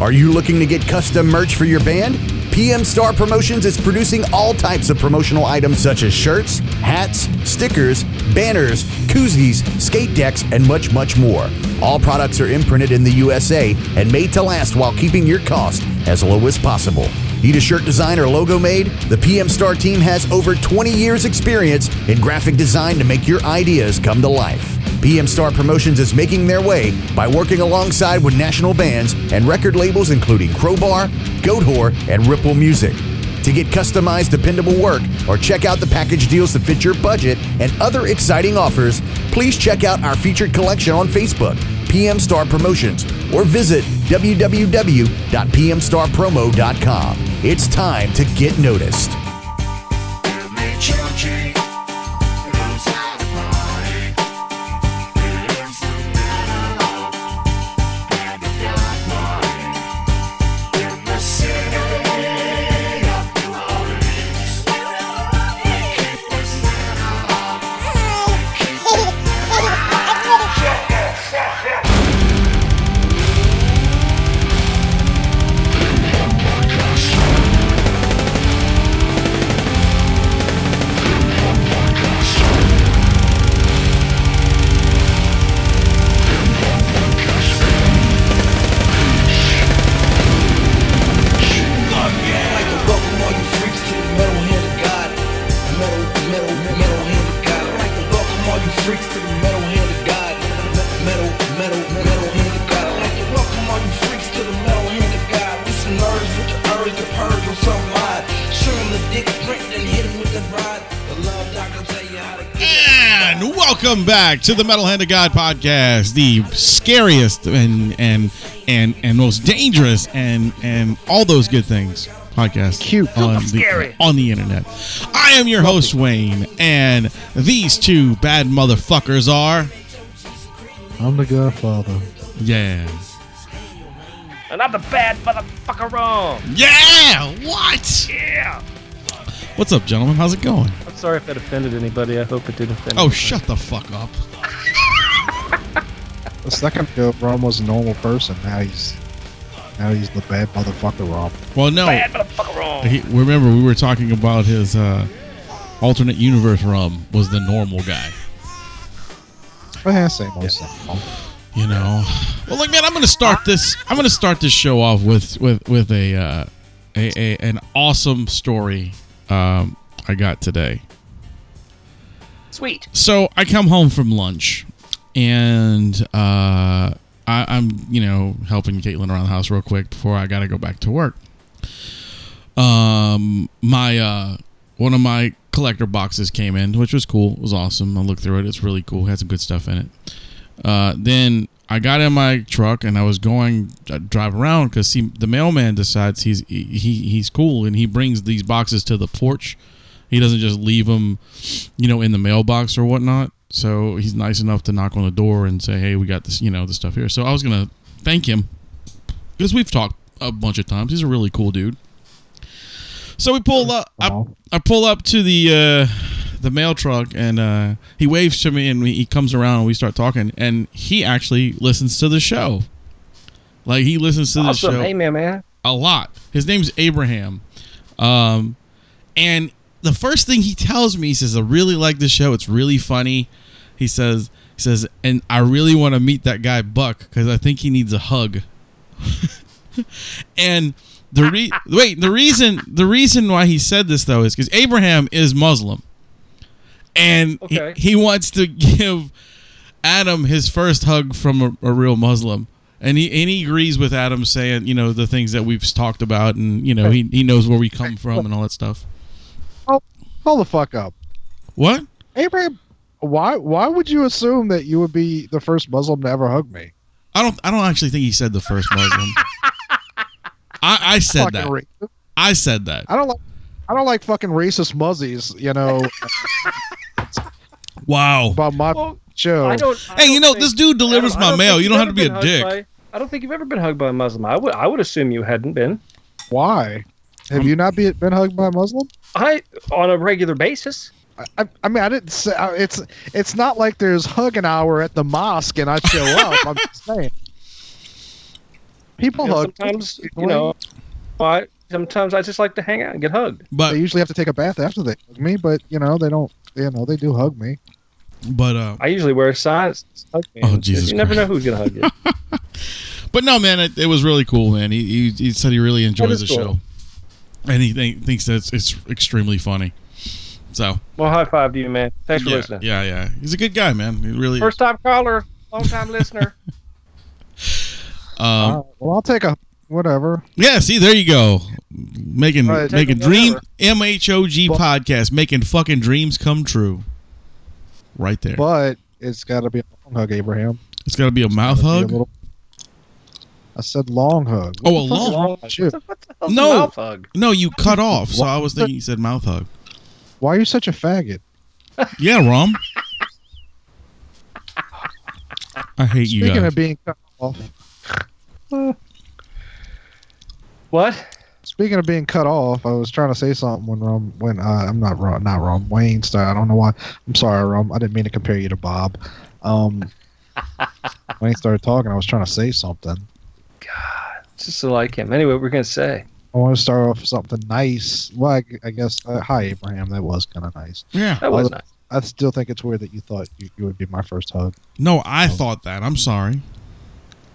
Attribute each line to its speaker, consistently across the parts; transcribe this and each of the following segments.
Speaker 1: Are you looking to get custom merch for your band? PM Star Promotions is producing all types of promotional items such as shirts, hats, stickers, banners, koozies, skate decks, and much, much more. All products are imprinted in the USA and made to last while keeping your cost as low as possible. Need a shirt design or logo made? The PM Star team has over 20 years' experience in graphic design to make your ideas come to life. PM Star Promotions is making their way by working alongside with national bands and record labels including Crowbar, Goat Whore, and Ripple Music. To get customized, dependable work or check out the package deals that fit your budget and other exciting offers, please check out our featured collection on Facebook, PM Star Promotions, or visit www.pmstarpromo.com. It's time to get noticed.
Speaker 2: Welcome back to the Metal Hand of God podcast, the scariest and and and and most dangerous and and all those good things podcast
Speaker 3: Cute.
Speaker 2: on the,
Speaker 3: Scary.
Speaker 2: on the internet. I am your host Wayne, and these two bad motherfuckers are
Speaker 3: I'm the Godfather.
Speaker 2: yeah
Speaker 4: And I'm the bad motherfucker wrong.
Speaker 2: yeah what
Speaker 4: Yeah.
Speaker 2: what's up gentlemen? How's it going?
Speaker 4: I'm sorry if that offended anybody. I hope it didn't offend.
Speaker 2: Oh
Speaker 4: anybody.
Speaker 2: shut the fuck up!
Speaker 3: A second ago, Rom was a normal person. Now he's now he's the bad motherfucker Rom.
Speaker 2: Well no,
Speaker 4: Bad motherfucker wrong.
Speaker 2: he, remember we were talking about his uh, alternate universe. Rum was the normal guy.
Speaker 3: But I say most of them.
Speaker 2: you know well like man i'm gonna start this i'm gonna start this show off with with with a uh a, a an awesome story um i got today
Speaker 4: Sweet.
Speaker 2: so I come home from lunch, and uh, I, I'm you know helping Caitlin around the house real quick before I gotta go back to work. Um, my uh, one of my collector boxes came in, which was cool. It was awesome. I looked through it. It's really cool. It had some good stuff in it. Uh, then I got in my truck and I was going I drive around because see the mailman decides he's he, he he's cool and he brings these boxes to the porch. He doesn't just leave them you know, in the mailbox or whatnot. So he's nice enough to knock on the door and say, "Hey, we got this, you know, the stuff here." So I was gonna thank him because we've talked a bunch of times. He's a really cool dude. So we pull up. I, I pull up to the uh, the mail truck, and uh, he waves to me, and we, he comes around, and we start talking, and he actually listens to the show. Like he listens to the
Speaker 4: Awesome.
Speaker 2: show
Speaker 4: Hey, man, man.
Speaker 2: a lot. His name's Abraham. Um, and the first thing he tells me, he says, "I really like this show. It's really funny." He says, "He says, and I really want to meet that guy Buck because I think he needs a hug." and the re- wait, the reason the reason why he said this though is because Abraham is Muslim, and he-
Speaker 4: Okay.
Speaker 2: he, wants to give Adam his first hug from a, a real Muslim. And he, and he agrees with Adam saying, you know, the things that we've talked about and, you know, he, he knows where we come from and all that stuff.
Speaker 3: Hold the fuck up,
Speaker 2: What?
Speaker 3: Abraham. Why why would you assume that you would be the first Muslim to ever hug me?
Speaker 2: I don't. I don't actually think he said the first Muslim. I, I said
Speaker 3: Fucking
Speaker 2: that.
Speaker 3: racist.
Speaker 2: I said that.
Speaker 3: I don't like I don't like fucking racist muzzies. You know
Speaker 2: Wow.
Speaker 3: about my
Speaker 4: Well,
Speaker 2: Oh.
Speaker 3: show.
Speaker 4: I don't. I
Speaker 2: Hey, you
Speaker 4: don't
Speaker 2: know
Speaker 4: think-
Speaker 2: this dude delivers
Speaker 4: I don't- I
Speaker 2: my
Speaker 4: don't
Speaker 2: mail.
Speaker 4: think
Speaker 2: You
Speaker 4: you've
Speaker 2: don't have to be
Speaker 4: ever
Speaker 2: a
Speaker 4: been
Speaker 2: dick.
Speaker 4: hugged by- I don't think you've ever been hugged by a Muslim. I would. I would assume you hadn't been.
Speaker 3: Why have you not be, been hugged by a Muslim?
Speaker 4: I on a regular basis.
Speaker 3: I, I mean, I didn't say I- it's. It's not like there's hug an hour at the mosque and I show up. I'm just saying. People
Speaker 4: You know,
Speaker 3: hug.
Speaker 4: sometimes you know, I sometimes I just like to hang out and get hugged.
Speaker 2: But
Speaker 3: They usually have to take a bath after they hug me, but you know they don't. You know they do hug me.
Speaker 2: but uh,
Speaker 4: I usually wear size. Hug
Speaker 2: Oh,
Speaker 4: bands, 'cause
Speaker 2: Jesus
Speaker 4: You never know
Speaker 2: Christ.
Speaker 4: who's gonna hug you.
Speaker 2: But no, man, it, it was really cool, man. He, he, he said he really enjoys
Speaker 4: is
Speaker 2: the
Speaker 4: cool.
Speaker 2: show, and he th- thinks that it's extremely funny. So
Speaker 4: well, high five to you, man. Thanks for
Speaker 2: yeah,
Speaker 4: listening.
Speaker 2: yeah, yeah, he's a good guy, man. He really.
Speaker 4: First time caller, long time listener.
Speaker 2: um,
Speaker 3: Uh, well, I'll take a whatever.
Speaker 2: yeah, see, there you go, making
Speaker 3: All right, take
Speaker 2: making
Speaker 4: it
Speaker 2: dream
Speaker 4: wherever.
Speaker 2: M H O G
Speaker 3: But-
Speaker 2: podcast, making fucking dreams come true. Right there,
Speaker 3: But it's got to be a long hug, Abraham.
Speaker 2: it's got to be a mouth
Speaker 3: Gotta be a
Speaker 2: hug.
Speaker 3: little- I said long hug.
Speaker 2: Oh, a
Speaker 3: the fuck is
Speaker 2: long-
Speaker 3: wrong with you?
Speaker 4: What the, what the hell's
Speaker 2: No.
Speaker 4: a mouth hug?
Speaker 2: No, you cut off, so I was thinking you said mouth hug.
Speaker 3: Why are you such a faggot?
Speaker 2: Yeah, Rom. I hate you
Speaker 3: Speaking
Speaker 2: guys.
Speaker 3: of being cut off.
Speaker 4: What?
Speaker 3: Speaking of being cut off, I was trying to say something when Rum, when uh, I'm not Rum, not Rum, Wayne started. I don't know why. I'm sorry, Rum. I didn't mean to compare you to Bob. Um, Wayne started talking. I was trying to say something.
Speaker 4: Just so like him. Anyway, what we're gonna say.
Speaker 3: I want to start off with something nice. Well, I, I guess uh, hi Abraham. That was kind of nice.
Speaker 2: yeah.
Speaker 4: That was
Speaker 3: Although-
Speaker 4: nice.
Speaker 3: I still think it's weird that you thought you, you would be my first hug.
Speaker 2: No, I thought that. I'm sorry.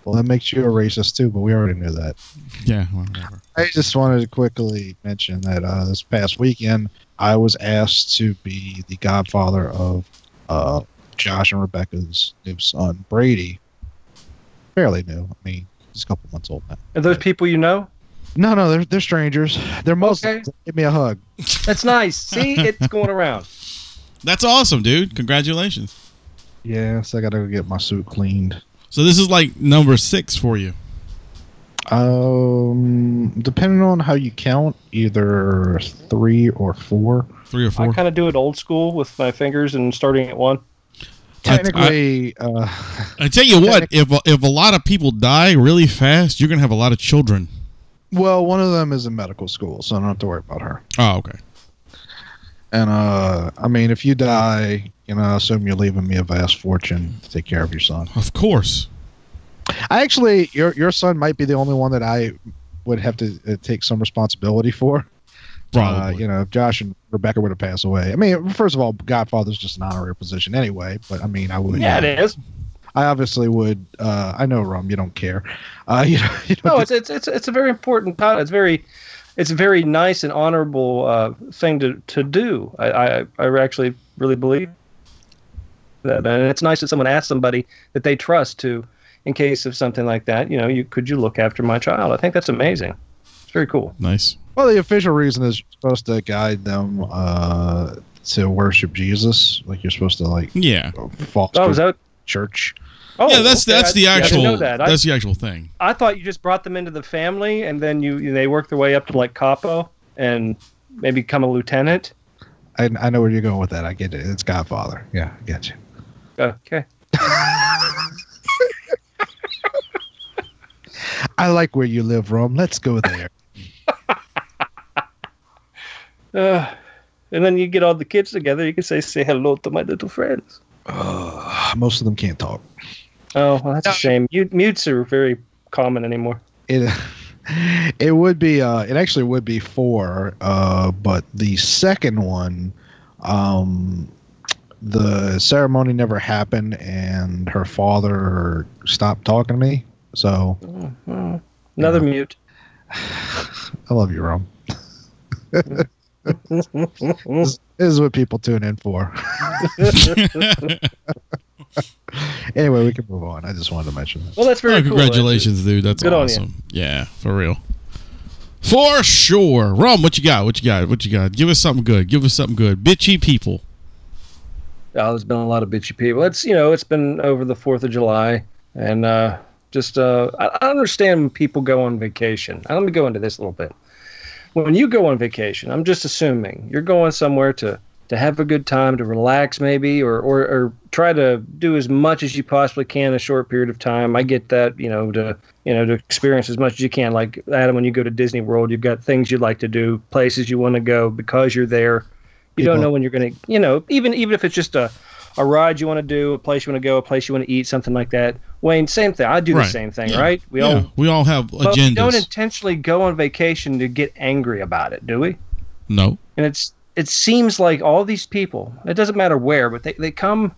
Speaker 3: Well, that makes you a racist too, but we already knew that.
Speaker 2: Yeah, whatever.
Speaker 3: I just wanted to quickly mention that uh, this past weekend I was asked to be the godfather of uh, Josh and Rebecca's new son Brady. Fairly new. I mean, he's a couple months old now.
Speaker 4: Are those people you know?
Speaker 3: No, no, they're they're strangers. They're mostly
Speaker 4: Okay.
Speaker 3: give me a hug.
Speaker 4: That's nice. See, it's going around.
Speaker 2: That's awesome, dude. Congratulations.
Speaker 3: Yeah, so I gotta go get my suit cleaned.
Speaker 2: So this is like number six for you.
Speaker 3: Um, depending on how you count, either three or four.
Speaker 2: Three or
Speaker 4: I
Speaker 2: four.
Speaker 4: kind of do it old school with my fingers and starting at one.
Speaker 2: I-
Speaker 3: Technically, uh,
Speaker 2: I tell you what, if a, if a lot of people die really fast, you're gonna have a lot of children.
Speaker 3: well, one of them is in medical school, so I don't have to worry about her.
Speaker 2: Oh, okay.
Speaker 3: And uh, I mean, if you die, you know, I assume you're leaving me a vast fortune to take care of your son.
Speaker 2: Of course.
Speaker 3: I actually, your your son might be the only one that I would have to uh, take some responsibility for. Uh,
Speaker 2: Probably.
Speaker 3: you know, if Josh and Rebecca were to pass away, I mean, first of all, Godfather's just an honorary position anyway. But I mean, I would.
Speaker 4: Yeah, it is.
Speaker 3: I obviously would. Uh, I know, Rum, you don't care. Uh, you know, you don't
Speaker 4: No, it's it's it's, it's a very important title. It's very it's a very nice and honorable uh, thing to to do. I, I I actually really believe that, and it's nice that someone asks somebody that they trust to, in case of something like that. You know, you could you look after my child? I think that's amazing. It's very cool.
Speaker 2: nice.
Speaker 3: Well, the official reason is you're supposed to guide them uh, to worship Jesus. Like you're supposed to like
Speaker 2: Yeah.
Speaker 3: foster
Speaker 4: Oh, is that?
Speaker 3: church.
Speaker 4: Oh,
Speaker 2: yeah. That's
Speaker 4: okay,
Speaker 2: that's
Speaker 4: I-
Speaker 2: the
Speaker 4: yeah, I
Speaker 2: actual.
Speaker 4: didn't know that. I,
Speaker 2: That's the actual thing.
Speaker 4: I thought you just brought them into the family, and then you they work their way up to like capo and maybe become a lieutenant.
Speaker 3: I, I know where you're going with that. I get it. It's Godfather. Yeah, I get you.
Speaker 4: Okay.
Speaker 3: I like where you live, Rome. Let's go there.
Speaker 4: Uh, and then you get all the kids together. You can say, "Say hello to my little friends."
Speaker 3: uh, most of them can't talk.
Speaker 4: Oh, well, that's a shame. Mute, mutes are very common anymore.
Speaker 3: It it would be uh, it actually would be four, uh, but the second one, um, the ceremony never happened, and her father stopped talking to me. So
Speaker 4: Mhm. Another mute.
Speaker 3: I love you, Rome. This, this is what people tune in for. anyway, we can move on. I just wanted to mention that.
Speaker 4: Well, that's very
Speaker 2: Oh,
Speaker 4: cool.
Speaker 2: congratulations, dude. That's
Speaker 4: Good on
Speaker 2: awesome. Yeah, for real. For sure. Rum, what you got? What you got? What you got? Give us something good. Give us something good. Bitchy people.
Speaker 4: Oh, there's been a lot of bitchy people. It's you know, it's been over the Fourth of July, and uh, just uh, I, I understand when people go on vacation. Now, let me go into this a little bit. When you go on vacation, I'm just assuming you're going somewhere to to have a good time, to relax maybe, or or, or try to do as much as you possibly can in a short period of time. I get that, you know, to you know to experience as much as you can. Like Adam, when you go to Disney World, you've got things you like to do, places you want to go because you're there. You don't
Speaker 3: People-
Speaker 4: know when you're going to, you know, even even if it's just a a ride you want to do, a place you want to go, a place you want to eat, something like that. Wayne, same thing. I do
Speaker 2: Right.
Speaker 4: the same thing,
Speaker 2: Yeah.
Speaker 4: right? We
Speaker 2: yeah,
Speaker 4: all
Speaker 2: we all have
Speaker 4: but we
Speaker 2: agendas.
Speaker 4: don't intentionally go on vacation to get angry about it, do we?
Speaker 2: no,
Speaker 4: and it's it seems like all these people it doesn't matter where but they, they come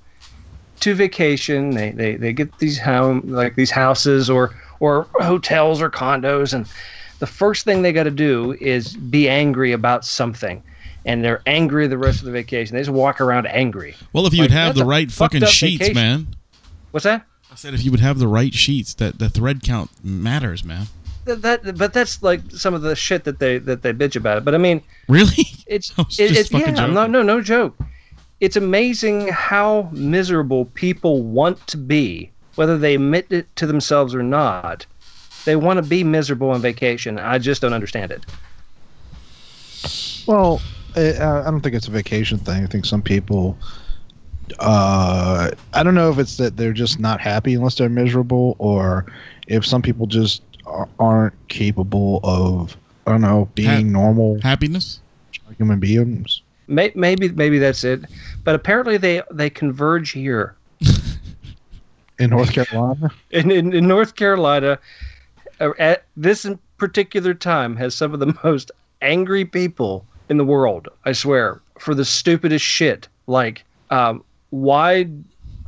Speaker 4: to vacation they, they they get these home like these houses or or hotels or condos and the first thing they got to do is be angry about something and they're angry the rest of the vacation they just walk around angry
Speaker 2: well, if you
Speaker 4: Like,
Speaker 2: would have
Speaker 4: that's
Speaker 2: the
Speaker 4: a
Speaker 2: right
Speaker 4: fucked
Speaker 2: fucking
Speaker 4: up
Speaker 2: sheets,
Speaker 4: vacation.
Speaker 2: man.
Speaker 4: what's that
Speaker 2: I said if you would have the right sheets, that the thread count matters, man.
Speaker 4: Th- that but that's like some of the shit that they that they bitch about it but i mean
Speaker 2: Really?
Speaker 4: It's
Speaker 2: I was
Speaker 4: it,
Speaker 2: just
Speaker 4: it, yeah,
Speaker 2: fucking joking.
Speaker 4: no, no, no joke. It's amazing how miserable people want to be, whether they admit it to themselves or not. They want to be miserable on vacation. I just don't understand it.
Speaker 3: Well, I, I don't think it's a vacation thing. I think some people. Uh, I don't know if it's that they're just not happy unless they're miserable, or if some people just a- aren't capable of. I don't know, being
Speaker 2: Ha-
Speaker 3: normal
Speaker 2: Happiness?
Speaker 3: human beings.
Speaker 4: May, maybe maybe that's it. But apparently they they converge here
Speaker 3: In North Carolina,
Speaker 4: in in, in North Carolina. uh, At this in particular time, has some of the most angry people in the world. I swear for the stupidest shit. Like, um, why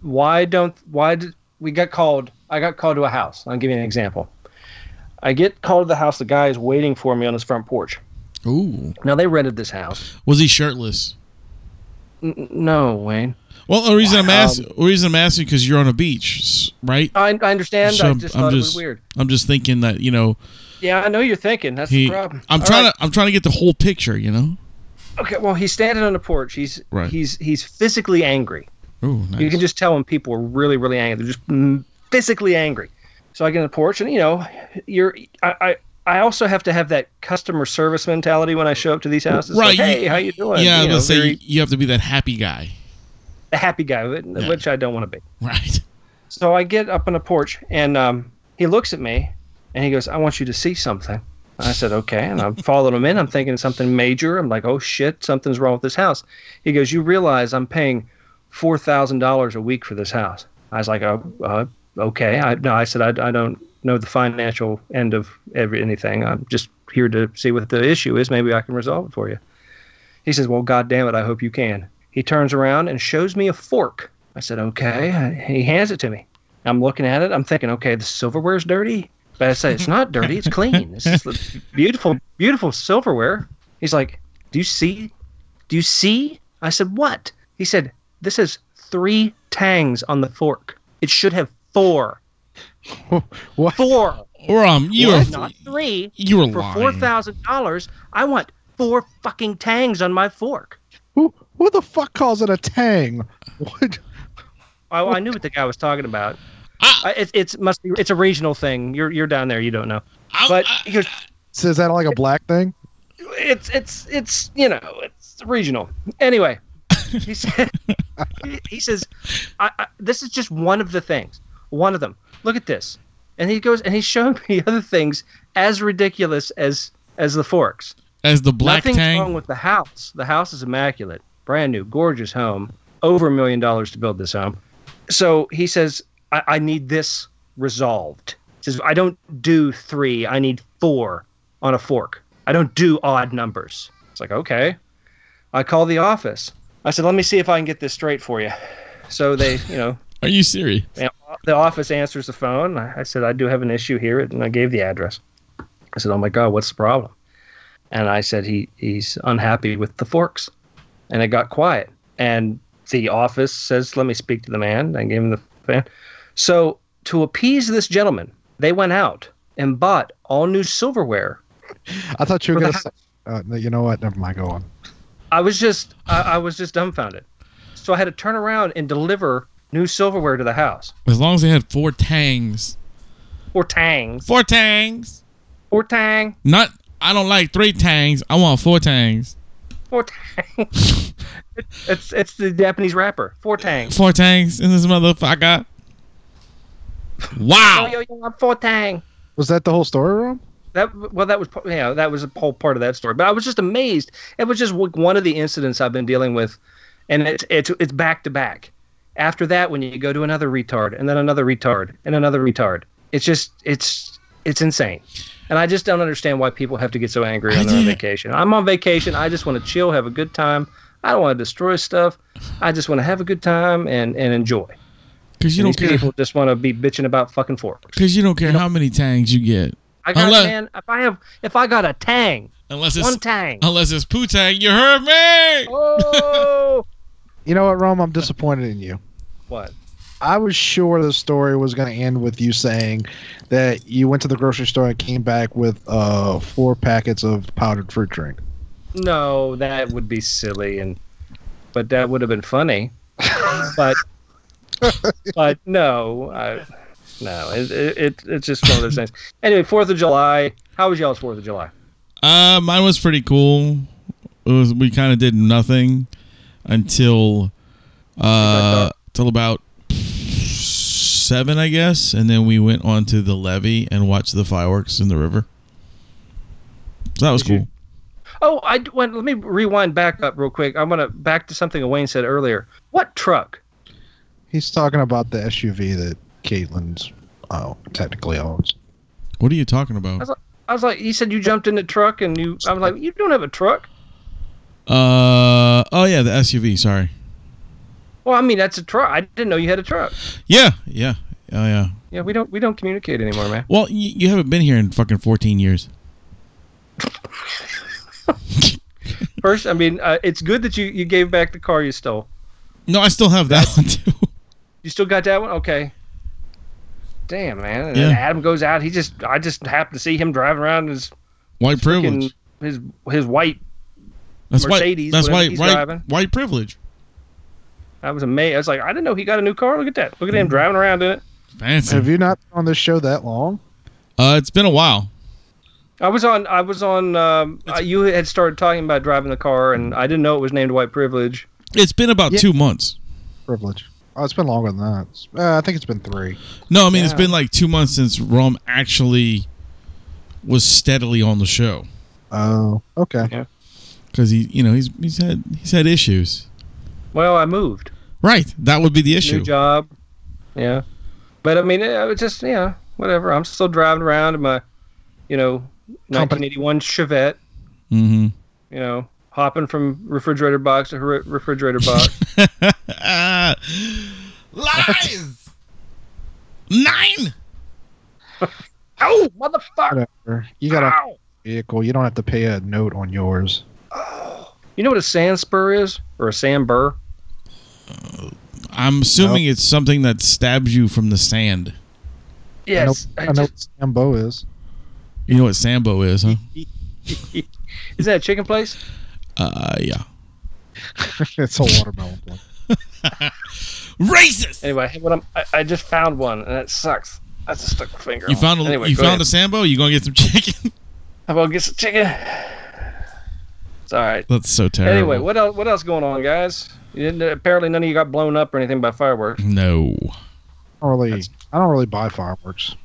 Speaker 4: why don't why did we got called i got called to a house i'll give you an example i get called to the house the guy is waiting for me on his front porch
Speaker 2: Ooh.
Speaker 4: now they rented this house
Speaker 2: Was he shirtless?
Speaker 4: N- n- no wayne
Speaker 2: Well, the reason I'm asking, the reason I'm asking, because you're on a beach, s- right?
Speaker 4: i, I understand
Speaker 2: So
Speaker 4: i
Speaker 2: I'm-
Speaker 4: just
Speaker 2: I'm
Speaker 4: thought
Speaker 2: just-
Speaker 4: it was weird
Speaker 2: I'm just thinking that you know
Speaker 4: yeah i know you're thinking that's
Speaker 2: he.
Speaker 4: the problem
Speaker 2: I'm
Speaker 4: All
Speaker 2: trying
Speaker 4: right.
Speaker 2: to. I'm trying to get the whole picture. You know.
Speaker 4: okay well he's standing on the porch he's
Speaker 2: Right.
Speaker 4: he's he's physically angry
Speaker 2: Ooh, nice.
Speaker 4: You can just tell when people are really, really angry. They're just mm, physically angry. So I get on the porch, and you know, you're. I, I I also have to have that customer service mentality when I show up to these houses.
Speaker 2: Right,
Speaker 4: Like, hey,
Speaker 2: you-
Speaker 4: how you doing?
Speaker 2: yeah,
Speaker 4: You know,
Speaker 2: let's say
Speaker 4: very-
Speaker 2: you- you have to be that happy guy,
Speaker 4: the happy guy, wh-
Speaker 2: Yeah.
Speaker 4: which I don't want to be.
Speaker 2: right?
Speaker 4: So I get up on the porch, and um, he looks at me, and he goes, "I want you to see something." And I said, "Okay," and I followed him in. I'm thinking something major. I'm like, "Oh shit, something's wrong with this house." He goes, "You realize I'm paying four thousand dollars a week for this house?" I was like, "Oh, uh, okay." I, no, I said, I, "I don't know the financial end of every anything. I'm just here to see what the issue is. Maybe I can resolve it for you." He says, "Well, God damn it, I hope you can." He turns around and shows me a fork. I said, "Okay." He hands it to me. I'm looking at it. I'm thinking, okay, the silverware's dirty. But I say, it's not dirty. It's clean. This is the beautiful, beautiful silverware. He's like, do you see? Do you see? I said, what? He said, this has three tangs on the fork. It should have four.
Speaker 3: what?
Speaker 4: Four.
Speaker 2: Or um, you
Speaker 4: What?
Speaker 2: are
Speaker 4: Not three.
Speaker 2: you are
Speaker 4: For
Speaker 2: lying.
Speaker 4: $4,000, I want four fucking tangs on my fork.
Speaker 3: Who, who the fuck calls it a tang? What?
Speaker 4: I, I knew what the guy was talking about.
Speaker 2: I-
Speaker 4: I, it's it's must be it's a regional thing. You're you're down there. You don't know.
Speaker 2: I'm-
Speaker 4: But
Speaker 2: Oh, I-
Speaker 4: he goes,
Speaker 3: So is that like a black thing?
Speaker 4: it's it's it's you know it's regional anyway he said he- he says I, I, this is just one of the things one of them look at this and he goes and he showed me other things as ridiculous as as the forks
Speaker 2: as the black
Speaker 4: nothing's
Speaker 2: tang.
Speaker 4: wrong with the house the house is immaculate brand new gorgeous home over a million dollars to build this home so he says I, I need this resolved he says i don't do three i need four on a fork i don't do odd numbers it's like okay i call the office i said let me see if i can get this straight for you so they you know
Speaker 2: are you serious?
Speaker 4: and the office answers the phone. I I said, I do have an issue here, and I gave the address. I said, Oh my God, what's the problem? And I said, he, He's unhappy with the forks. And it got quiet. And the office says, Let me speak to the man. I gave him the fan. So, to appease this gentleman, they went out and bought all new silverware.
Speaker 3: I thought you were
Speaker 4: For the
Speaker 3: gonna. Say, uh, no, you know what? Never mind. Go on.
Speaker 4: I was just, I, I was just dumbfounded. So, I had to turn around and deliver new silverware to the house.
Speaker 2: As long as they had four tangs,
Speaker 4: Or tangs.
Speaker 2: four tangs.
Speaker 4: Or tang.
Speaker 2: Not. I don't like three tangs. I want four tangs.
Speaker 4: Four Tangs. it's it's the Japanese rapper Four Tangs.
Speaker 2: Four tangs in this motherfucker. Wow.
Speaker 4: Yo yo yo, I'm Four Tang.
Speaker 3: Was that the whole story, Rob?
Speaker 4: That well, that was p- yeah, that was a whole part of that story. But I was just amazed. It was just like one of the incidents I've been dealing with, and it's it's it's back to back. After that, when you go to another retard and then another retard and another retard, it's just it's it's insane. And I just don't understand why people have to get so angry when they're on vacation. I'm on vacation. I just want to chill, have a good time. I don't want to destroy stuff. I just want to have a good time and, and enjoy.
Speaker 2: Because you
Speaker 4: And
Speaker 2: don't
Speaker 4: these
Speaker 2: care.
Speaker 4: people just want to be bitching about fucking forks.
Speaker 2: Because you don't care how many tangs you get,
Speaker 4: I got
Speaker 2: Unless-
Speaker 4: man. If I have, if I got a tang,
Speaker 2: unless it's
Speaker 4: one tang.
Speaker 2: unless it's poo tang. You heard me.
Speaker 4: Oh,
Speaker 3: You know what, Rome? I'm disappointed in you.
Speaker 4: what?
Speaker 3: I was sure the story was going to end with you saying that you went to the grocery store and came back with uh, four packets of powdered fruit drink.
Speaker 4: No, that would be silly, and but that would have been funny. but but no, I, no, it, it, it it's just one of those things. Anyway, Fourth of July. How was y'all's Fourth of July?
Speaker 2: Uh, mine was pretty cool. It was, we kind of did nothing until uh till about seven, I guess, and then we went onto the levee and watched the fireworks in the river. So that was
Speaker 4: Did you-
Speaker 2: cool.
Speaker 4: Oh, I d- went. Let me rewind back up real quick. I'm gonna back to something Wayne said earlier. What truck?
Speaker 3: He's talking about the SUV that Caitlin's uh, technically owns.
Speaker 2: What are you talking about?
Speaker 4: That's I was like, he said you jumped in the truck and you. I was like, you don't have a truck.
Speaker 2: Uh oh yeah, the SUV. Sorry.
Speaker 4: Well, I mean, that's a truck. I didn't know you had a truck.
Speaker 2: Yeah, yeah, oh yeah.
Speaker 4: Yeah, we don't we don't communicate anymore, man.
Speaker 2: Well, you, you haven't been here in fucking fourteen years.
Speaker 4: First, I mean, uh, it's good that you you gave back the car you stole.
Speaker 2: No, I still have that one too.
Speaker 4: You still got that one? Okay. Damn, man. And
Speaker 2: Yeah.
Speaker 4: then Adam goes out. He just I just happened to see him driving around his
Speaker 2: White privilege.
Speaker 4: freaking, his his white.
Speaker 2: That's
Speaker 4: Mercedes,
Speaker 2: why. That's
Speaker 4: whatever
Speaker 2: why.
Speaker 4: he's driving.
Speaker 2: White, white privilege.
Speaker 4: I was amazed. I was like, I didn't know he got a new car. Look at that. Look at him driving around in it.
Speaker 2: Fancy.
Speaker 3: Have you not been on this show that long?
Speaker 2: uh, it's been a while.
Speaker 4: I was on. I was on. Um, uh, you had started talking about driving the car, and I didn't know it was named White Privilege.
Speaker 2: It's been about
Speaker 3: Yeah.
Speaker 2: two months.
Speaker 3: Privilege. Oh, it's been longer than that. It's- Uh, I think it's been three.
Speaker 2: No, I mean it's
Speaker 4: Yeah.
Speaker 2: been like two months since Rome actually was steadily on the show
Speaker 3: Oh, okay.
Speaker 2: because he, you know, he's he's had he's had issues.
Speaker 4: Well, I moved.
Speaker 2: Right, that would be the issue.
Speaker 4: New job. Yeah. But I mean, it, it was just yeah, whatever. I'm still driving around in my, you know, 1981 Chevette.
Speaker 2: Mm-hmm.
Speaker 4: You know, hopping from refrigerator box to re- refrigerator box.
Speaker 2: Lies. Nine.
Speaker 4: oh, motherfucker!
Speaker 3: Whatever. You got a
Speaker 4: Ow!
Speaker 3: vehicle. You don't have to pay a note on yours.
Speaker 4: You know what a sand spur is, or a sand burr?
Speaker 2: I'm assuming it's something that stabs you from the sand.
Speaker 4: Yes.
Speaker 3: I
Speaker 4: I
Speaker 3: know, I know
Speaker 4: just-
Speaker 3: what Sambo is.
Speaker 2: You know what sambo is, huh?
Speaker 4: is that a chicken place?
Speaker 2: Uh, yeah.
Speaker 3: it's a watermelon. One.
Speaker 2: Racist.
Speaker 4: Anyway, hey, what I'm, I, I just found one, and it sucks. I just stuck my finger.
Speaker 2: You
Speaker 4: on
Speaker 2: found a
Speaker 4: it. Anyway,
Speaker 2: you
Speaker 4: go
Speaker 2: found a
Speaker 4: ahead.
Speaker 2: sambo. You gonna get some chicken?
Speaker 4: I'm gonna get some chicken. It's all right.
Speaker 2: That's so terrible.
Speaker 4: Anyway, what else? What else going on, guys? You didn't, apparently, none of you got blown up or anything by fireworks.
Speaker 2: No.
Speaker 3: I don't really, I don't really buy fireworks.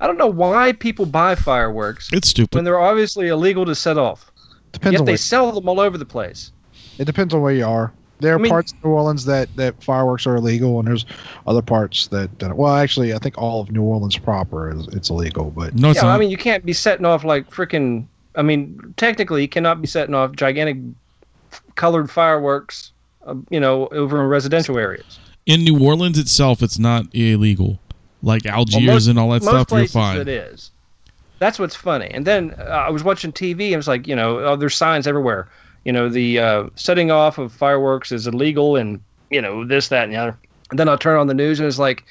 Speaker 4: I don't know why people buy fireworks
Speaker 2: It's
Speaker 4: when
Speaker 2: stupid.
Speaker 4: they're obviously illegal to set off.
Speaker 3: Depends
Speaker 4: yet
Speaker 3: on
Speaker 4: they
Speaker 3: where,
Speaker 4: sell them all over the place.
Speaker 3: it depends on where you are. There are
Speaker 4: I mean-
Speaker 3: parts of New Orleans that, that fireworks are illegal, and there's other parts that that- well, actually, I think all of New Orleans proper is it's illegal. But
Speaker 2: No, it's
Speaker 4: Yeah,
Speaker 2: not.
Speaker 4: I mean, you can't be setting off like freaking. I mean, technically, you cannot be setting off gigantic colored fireworks, uh, you know, over in residential areas.
Speaker 2: in New Orleans itself, it's not illegal. Like Algiers
Speaker 4: most-
Speaker 2: and all that
Speaker 4: Most
Speaker 2: stuff, you're
Speaker 4: places
Speaker 2: fine.
Speaker 4: it is. That's what's funny. And then uh, I was watching TV and it was like, you know, oh, there's signs everywhere. You know, the uh, setting off of fireworks is illegal and, you know, this, that, and the other. And then I'll turn on the news and it's like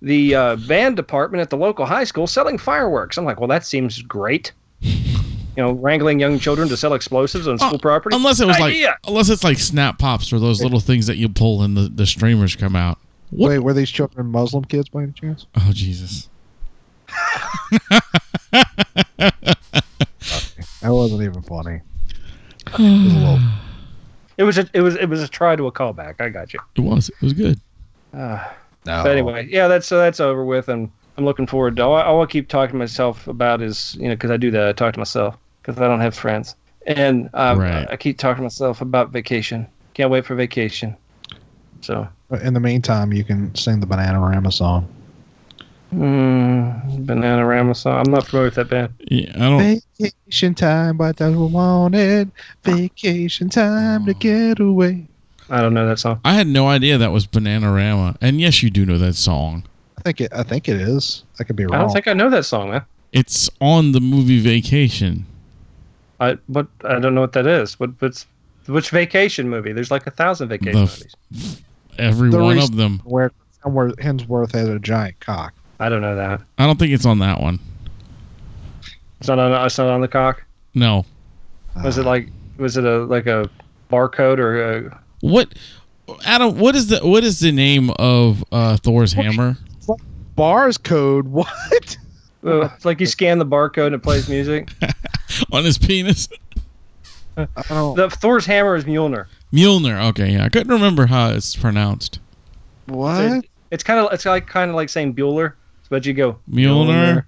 Speaker 4: the uh, band department at the local high school selling fireworks. I'm like, well, that seems great. You know, wrangling young children to sell explosives on
Speaker 2: Uh,
Speaker 4: school property.
Speaker 2: Unless it was like,
Speaker 4: Idea.
Speaker 2: unless it's like snap pops or those little things that you pull and the, the streamers come out. What?
Speaker 3: wait, were these children Muslim kids by any chance?
Speaker 2: Oh Jesus!
Speaker 3: That wasn't even funny.
Speaker 4: It was a it was it was a try to a callback. I got you.
Speaker 2: It was. It was good.
Speaker 4: Uh,
Speaker 3: No.
Speaker 4: So
Speaker 2: Oh.
Speaker 4: anyway, yeah, that's so that's over with, and I'm looking forward. To, all, I- all I keep talking to myself about is you know because I do that. I talk to myself because I don't have friends, and um,
Speaker 2: Right.
Speaker 4: I keep talking to myself about vacation. Can't wait for vacation. So
Speaker 3: In the meantime, you can sing the Bananarama song.
Speaker 4: mm, Banana Ramazan. I'm not familiar with that band.
Speaker 2: Yeah, I don't.
Speaker 3: Vacation time, but I want it. Vacation time to get away.
Speaker 4: I don't know that song.
Speaker 2: I had no idea that was Bananarama. And yes, you do know that song.
Speaker 3: I think it. I think it is. I could be wrong.
Speaker 4: I don't think I know that song, man.
Speaker 2: It's on the movie Vacation.
Speaker 4: I what I don't know what that is. What what's which vacation movie? There's like a thousand vacation
Speaker 2: The f-
Speaker 4: movies.
Speaker 2: Every
Speaker 3: The
Speaker 2: one
Speaker 3: reason-
Speaker 2: of them.
Speaker 3: where somewhere Hemsworth has a giant cock.
Speaker 4: I don't know that.
Speaker 2: I don't think it's on that one.
Speaker 4: It's not on. It's not on the cock.
Speaker 2: No.
Speaker 4: Was
Speaker 2: Ah.
Speaker 4: it like? Was it a like a barcode or a?
Speaker 2: What, Adam? What is the what is the name of uh, Thor's hammer?
Speaker 3: Bars code. What?
Speaker 4: Uh, it's like you scan the barcode and it plays music.
Speaker 2: on his penis?
Speaker 3: I don't.
Speaker 4: The Thor's hammer is Mjolnir.
Speaker 2: Mjolnir. Okay, yeah, I couldn't remember how it's pronounced.
Speaker 4: So
Speaker 3: what?
Speaker 4: it- it's kind of it's like kind of like saying Bueller, but you go
Speaker 2: Mjolnir.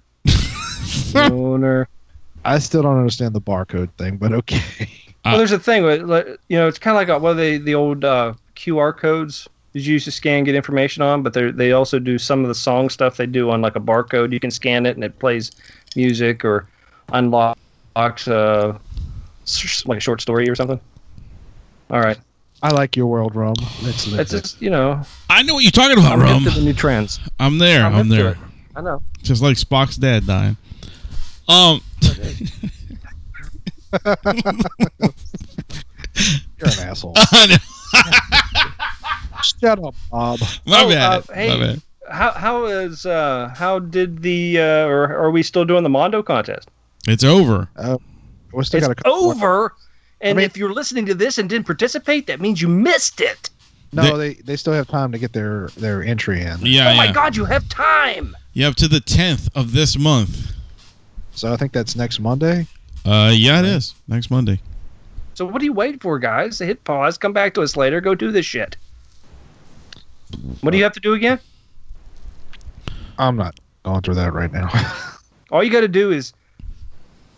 Speaker 4: Mjolnir.
Speaker 3: I still don't understand the barcode thing, but okay.
Speaker 2: Uh,
Speaker 4: well, there's a thing with like, you know, it's kind of like uh, what are they the old uh, QR codes that you used to scan get information on, but they they also do some of the song stuff they do on like a barcode. You can scan it and it plays music or unlocks uh, s- like a short story or something. All right,
Speaker 3: I like your world, Rome. Let's live
Speaker 4: it's
Speaker 3: it.
Speaker 4: just you know,
Speaker 2: I know what you're talking about,
Speaker 4: I'm
Speaker 2: Rum.
Speaker 4: hip to the new trends.
Speaker 2: I'm there. I'm,
Speaker 4: hip to
Speaker 2: there.
Speaker 4: it. I know.
Speaker 2: Just like Spock's dad dying. Um,
Speaker 3: You're an asshole. Shut up, Bob.
Speaker 2: my
Speaker 4: Oh,
Speaker 2: bad.
Speaker 4: uh, hey.
Speaker 2: My bad.
Speaker 4: How how is uh how did the uh or are we still doing the Mondo contest?
Speaker 2: It's over.
Speaker 3: We still
Speaker 4: it's
Speaker 3: got a couple more-
Speaker 4: over. And
Speaker 3: mean-
Speaker 4: if you're listening to this and didn't participate, that means you missed it.
Speaker 3: No, they, they still have time to get their their entry in.
Speaker 2: Yeah, yeah.
Speaker 4: Oh god, you have time.
Speaker 2: You have to the 10th of this month.
Speaker 3: So I think that's next Monday.
Speaker 2: Uh, yeah, it is next Monday.
Speaker 4: So what are you waiting for, guys? Hit pause, come back to us later, go do this shit. What do you have to do again?
Speaker 3: I'm not going through that right now.
Speaker 4: All you got to do is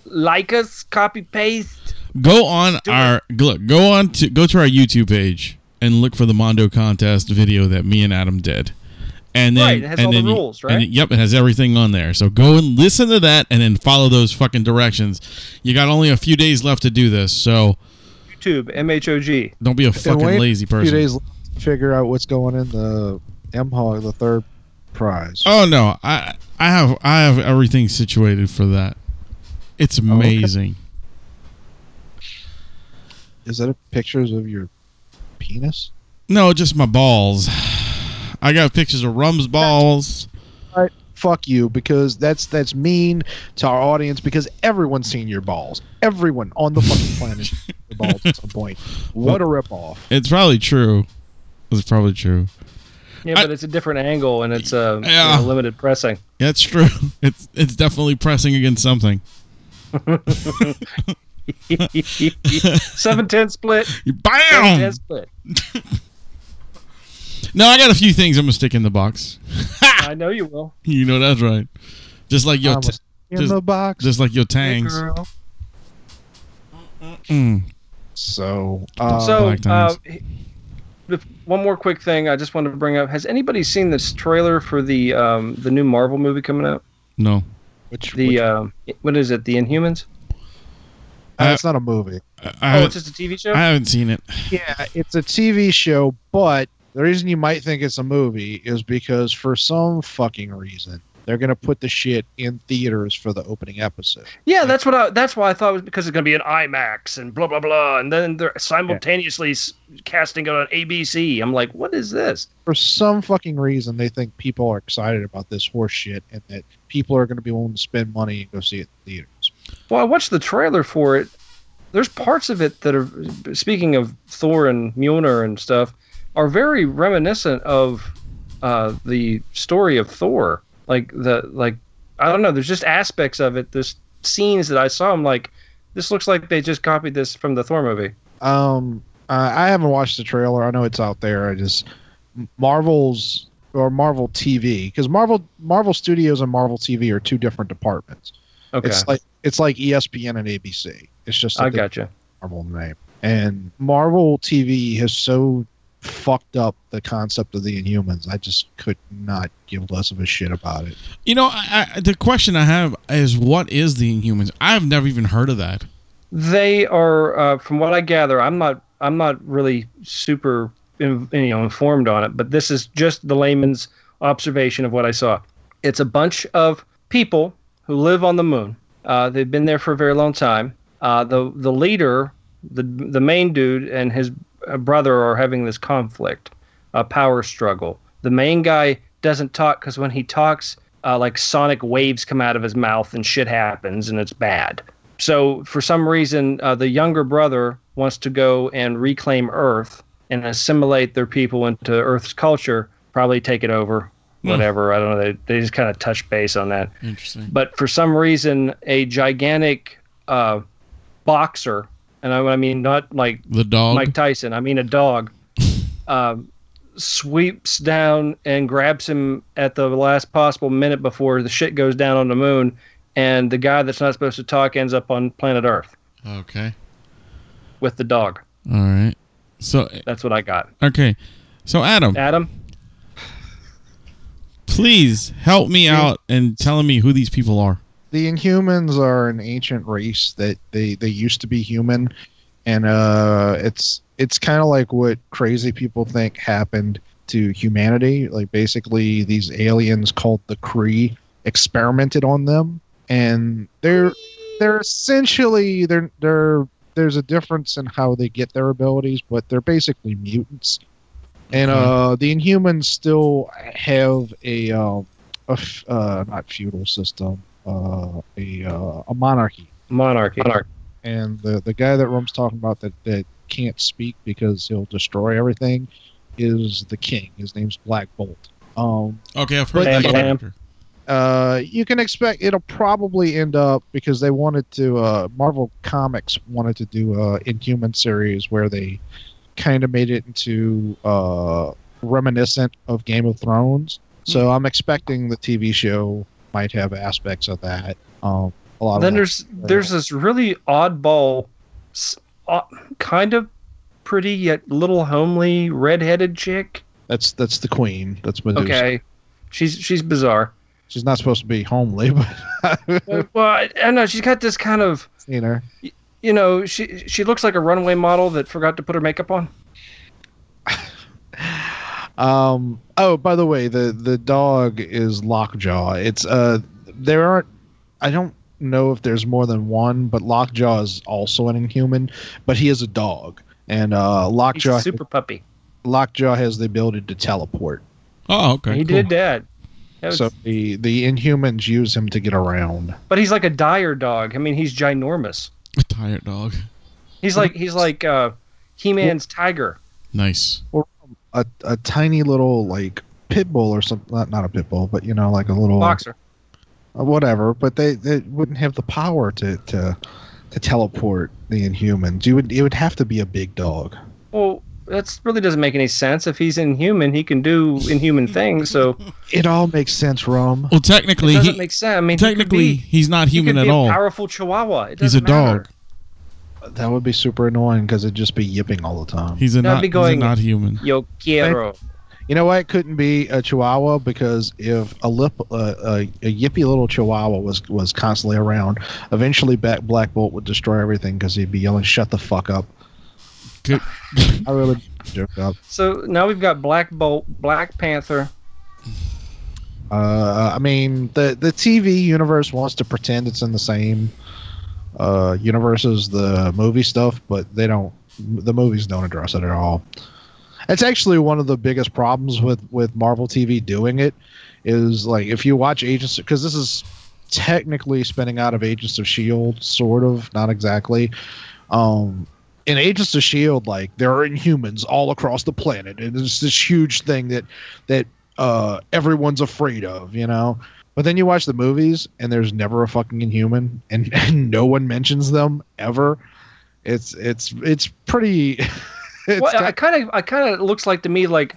Speaker 4: like us, copy paste.
Speaker 2: Go on
Speaker 4: Do
Speaker 2: our look. Go on to go to our YouTube page and look for the Mondo contest video that me and Adam did. And then
Speaker 4: Right, it has
Speaker 2: and
Speaker 4: all the
Speaker 2: then you-
Speaker 4: rules,
Speaker 2: and
Speaker 4: right?
Speaker 2: it- yep, it has everything on there. So go and listen to that, and then follow those fucking directions. You got only a few days left to do this, so
Speaker 4: YouTube, MHOG.
Speaker 2: don't be a fucking
Speaker 3: wait
Speaker 2: lazy
Speaker 3: A few
Speaker 2: person.
Speaker 3: days left to figure out what's going in the M Hog, the third prize.
Speaker 2: Oh no, I I have I have everything situated for that. It's
Speaker 3: Oh, okay.
Speaker 2: amazing.
Speaker 3: Is that a pictures of your penis?
Speaker 2: No, just my balls. I got pictures of Rum's balls.
Speaker 3: Fuck you, because that's that's mean to our audience. Because everyone's seen your balls. Everyone on the fucking planet, has seen your balls at some point. What a ripoff!
Speaker 2: It's probably true. It's probably true.
Speaker 4: Yeah,
Speaker 2: I-
Speaker 4: but it's a different angle and it's a
Speaker 2: Yeah.
Speaker 4: limited pressing.
Speaker 2: Yeah, it's true. It's it's definitely pressing against something.
Speaker 4: 710 split.
Speaker 2: Bam!
Speaker 4: 710 split.
Speaker 2: No, I got a few things I'm gonna stick in the box.
Speaker 4: I know you will.
Speaker 2: You know that's right. Just like your,
Speaker 3: I'm
Speaker 2: t-
Speaker 3: in
Speaker 2: just-
Speaker 3: the box.
Speaker 2: just like your tangs.
Speaker 4: Girl.
Speaker 2: Mm.
Speaker 3: so, uh,
Speaker 4: so
Speaker 2: Oh, Black
Speaker 4: uh,
Speaker 2: Diamonds.
Speaker 4: h- the- one more quick thing I just wanted to bring up. Has anybody seen this trailer for the um, the new Marvel movie coming out?
Speaker 2: No,
Speaker 3: which, which-
Speaker 4: The um, what is it? The Inhumans?
Speaker 3: uh, it's not a movie.
Speaker 2: I,
Speaker 4: Oh,
Speaker 2: I,
Speaker 4: it's just a TV show.
Speaker 2: I haven't seen it.
Speaker 3: Yeah, it's a TV show, but the reason you might think it's a movie is because for some fucking reason they're gonna put the shit in theaters for the opening episode.
Speaker 4: yeah, that's what I. That's why I thought it was because it's going to be an IMAX and blah blah blah, and then they're simultaneously s casting it on ABC. I'm like, what is this?
Speaker 3: For some fucking reason, they think people are excited about this horse shit and that people are gonna be willing to spend money and go see it in theaters.
Speaker 4: Well, I watched the trailer for it. There's parts of it that are, speaking of Thor and Mjolnir and stuff, are very reminiscent of uh, the story of Thor. Like the like, I don't know. There's just aspects of it. There's scenes that I saw. I'm like, this looks like they just copied this from the Thor movie.
Speaker 3: Um, uh, I haven't watched the trailer. I know it's out there. I just Marvel's or Marvel TV because Marvel Marvel Studios and Marvel TV are two different departments.
Speaker 4: Okay,
Speaker 3: It's like it's like E ESPN and ABC. It's just a
Speaker 4: I
Speaker 3: different
Speaker 4: gotcha.
Speaker 3: Marvel name. And Marvel TV has so fucked up the concept of the Inhumans. I just could not give less of a shit about it.
Speaker 2: You know, I, I, the question I have is, what is the Inhumans? I've never even heard of that.
Speaker 4: They are, uh, from what I gather, I'm not, I'm not really super, in, you know, informed on it. But this is just the layman's observation of what I saw. It's a bunch of people who live on the moon. Uh, they've been there for a very long time. Uh, the the leader, the the main dude, and his uh, brother are having this conflict, a power struggle. The main guy doesn't talk because when he talks, uh, like sonic waves come out of his mouth and shit happens and it's bad. So for some reason, uh, the younger brother wants to go and reclaim Earth and assimilate their people into Earth's culture, probably take it over, whatever. I don't know. They, they just kind of touch base on that.
Speaker 2: Interesting.
Speaker 4: But for some reason, a gigantic uh, boxer, and I, I mean not like
Speaker 2: The dog.
Speaker 4: Mike Tyson. I mean, a dog um, sweeps down and grabs him at the last possible minute before the shit goes down on the moon, and the guy that's not supposed to talk ends up on planet Earth
Speaker 2: okay.
Speaker 4: with the dog.
Speaker 2: All right. So
Speaker 4: That's what I got.
Speaker 2: okay. So Adam,
Speaker 4: Adam,
Speaker 2: please help me out and telling me who these people are.
Speaker 3: The Inhumans are an ancient race that they they used to be human, and uh, it's it's kind of like what crazy people think happened to humanity. Like basically, these aliens called the Kree experimented on them, and they're they're essentially they're they're there's a difference in how they get their abilities, but they're basically mutants. And uh, the Inhumans still have a, um, a f- uh, not feudal system, uh, a uh, a monarchy.
Speaker 4: monarchy. monarchy.
Speaker 3: And the the guy that Rum's talking about that that can't speak because he'll destroy everything is the king. His name's Black Bolt. Um,
Speaker 2: Okay, I've heard
Speaker 4: Bam,
Speaker 2: that
Speaker 4: bam.
Speaker 2: character.
Speaker 3: uh, you can expect it'll probably end up because they wanted to uh, marvel comics wanted to do a inhuman series where they kind of made it into uh, reminiscent of game of thrones so i'm expecting the tv show might have aspects of that um, a lot
Speaker 4: Then
Speaker 3: of
Speaker 4: there's there's this really oddball, s- uh, kind of pretty yet little homely redheaded chick.
Speaker 3: that's that's the queen that's Medusa.
Speaker 4: Okay, she's she's bizarre.
Speaker 3: she's not supposed to be homely but
Speaker 4: Uh, well, I, I don't know. She's got this kind of
Speaker 3: you know
Speaker 4: you know she she looks like a runway model that forgot to put her makeup on.
Speaker 3: Um. Oh, by the way, the the dog is Lockjaw. It's uh, there aren't. I don't know if there's more than one, but Lockjaw is also an Inhuman, but he is a dog, and uh,
Speaker 4: He's
Speaker 3: Lockjaw
Speaker 4: a super puppy.
Speaker 3: Lockjaw has the ability to teleport.
Speaker 2: Oh, okay.
Speaker 4: he
Speaker 2: cool.
Speaker 4: did that. That was-
Speaker 3: So the the Inhumans use him to get around.
Speaker 4: but he's like a dire dog. I mean, he's ginormous.
Speaker 2: A tired dog.
Speaker 4: He's like he's like uh, He-Man's tiger.
Speaker 2: Nice.
Speaker 3: A a tiny little like pit bull or something. Not, not a pit bull, but you know, like a little
Speaker 4: Boxer.
Speaker 3: uh, whatever, but they, they wouldn't have the power to, to to teleport the Inhumans. You would it would have to be a big dog.
Speaker 4: Well, that's really doesn't make any sense. If he's inhuman, he can do inhuman things. So
Speaker 3: It all makes sense, Rum.
Speaker 2: Well, technically,
Speaker 4: it doesn't
Speaker 2: he,
Speaker 4: make sense. I mean, he could
Speaker 2: technically
Speaker 4: be-
Speaker 2: he's not
Speaker 4: he could
Speaker 2: human at
Speaker 4: be a
Speaker 2: all.
Speaker 4: Powerful Chihuahua. It
Speaker 2: He's a
Speaker 4: doesn't matter.
Speaker 2: dog.
Speaker 3: That would be super annoying because it'd just be yipping all the time.
Speaker 2: He's a
Speaker 4: That'd
Speaker 2: not.
Speaker 4: be
Speaker 2: he's a
Speaker 4: going-
Speaker 2: not human.
Speaker 4: Yo quiero.
Speaker 3: You know why it couldn't be a Chihuahua? Because if a lip uh, a, a yippy little Chihuahua was was constantly around, eventually Black Black Bolt would destroy everything because he'd be yelling, "Shut the fuck up!"
Speaker 2: Good.
Speaker 3: I really joke up.
Speaker 4: So now we've got Black Bolt, Black Panther.
Speaker 3: Uh, I mean, the the TV universe wants to pretend it's in the same uh, universe as the movie stuff, but they don't. The movies don't address it at all. It's actually one of the biggest problems with with Marvel TV doing it is like if you watch Agents because this is technically spinning out of Agents of Shield, E sort of, not exactly. Um, in Agents of Shield, E like there are Inhumans all across the planet, and it's this huge thing that that uh, everyone's afraid of, you know. But then you watch the movies, and there's never a fucking Inhuman, and, and no one mentions them ever. It's it's it's pretty. It's
Speaker 4: well, I
Speaker 3: got-
Speaker 4: kind of, I kind of it looks like to me like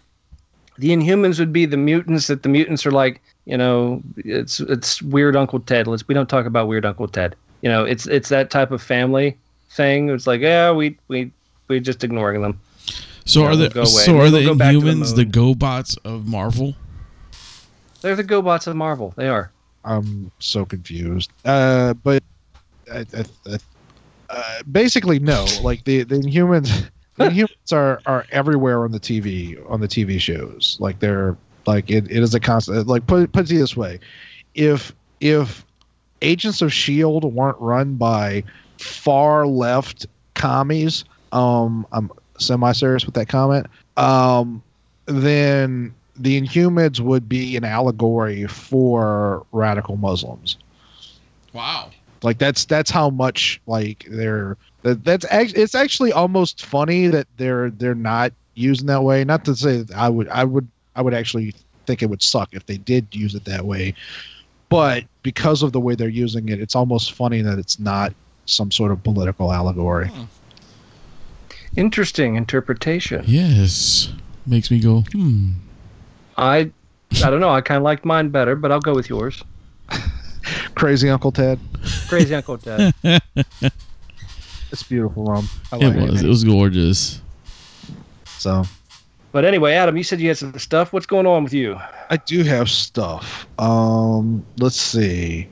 Speaker 4: the Inhumans would be the mutants that the mutants are like, you know, it's it's weird Uncle Ted. Let's we don't talk about weird Uncle Ted. You know, it's it's that type of family thing. It's like, yeah, we we we're just ignoring them.
Speaker 2: So
Speaker 4: Yeah,
Speaker 2: are
Speaker 4: they'll
Speaker 2: the
Speaker 4: go away.
Speaker 2: so
Speaker 4: They'll
Speaker 2: are the
Speaker 4: go back to the
Speaker 2: Inhumans the,
Speaker 4: moon.
Speaker 2: GoBots of Marvel?
Speaker 4: They're the GoBots of Marvel. They are.
Speaker 3: I'm so confused. Uh, but I, I, I, uh, basically, no. Like the the Inhumans, the Inhumans are are everywhere on the TV on the TV shows. Like they're like it, it is a constant. Like put put it this way, if if Agents of Shield E weren't run by far left commies, um, I'm semi serious with that comment. Um, then the Inhumans would be an allegory for radical Muslims.
Speaker 2: Wow.
Speaker 3: Like that's that's how much like they're that, that's act, it's actually almost funny that they're they're not using that way. Not to say that I would I would I would actually think it would suck if they did use it that way, but because of the way they're using it, it's almost funny that it's not some sort of political allegory.
Speaker 2: Hmm.
Speaker 4: Interesting interpretation.
Speaker 2: Yes. Makes me go, hmm.
Speaker 4: I I don't know. I kind of liked mine better, but I'll go with yours.
Speaker 3: Crazy Uncle Ted,
Speaker 4: Crazy Uncle Ted.
Speaker 3: it's beautiful, Rum. I
Speaker 2: It
Speaker 3: like it.
Speaker 2: was. It was gorgeous.
Speaker 3: So
Speaker 4: But anyway, Adam, you said you had some stuff. What's going on with you?
Speaker 3: I do have stuff. Um, let's see.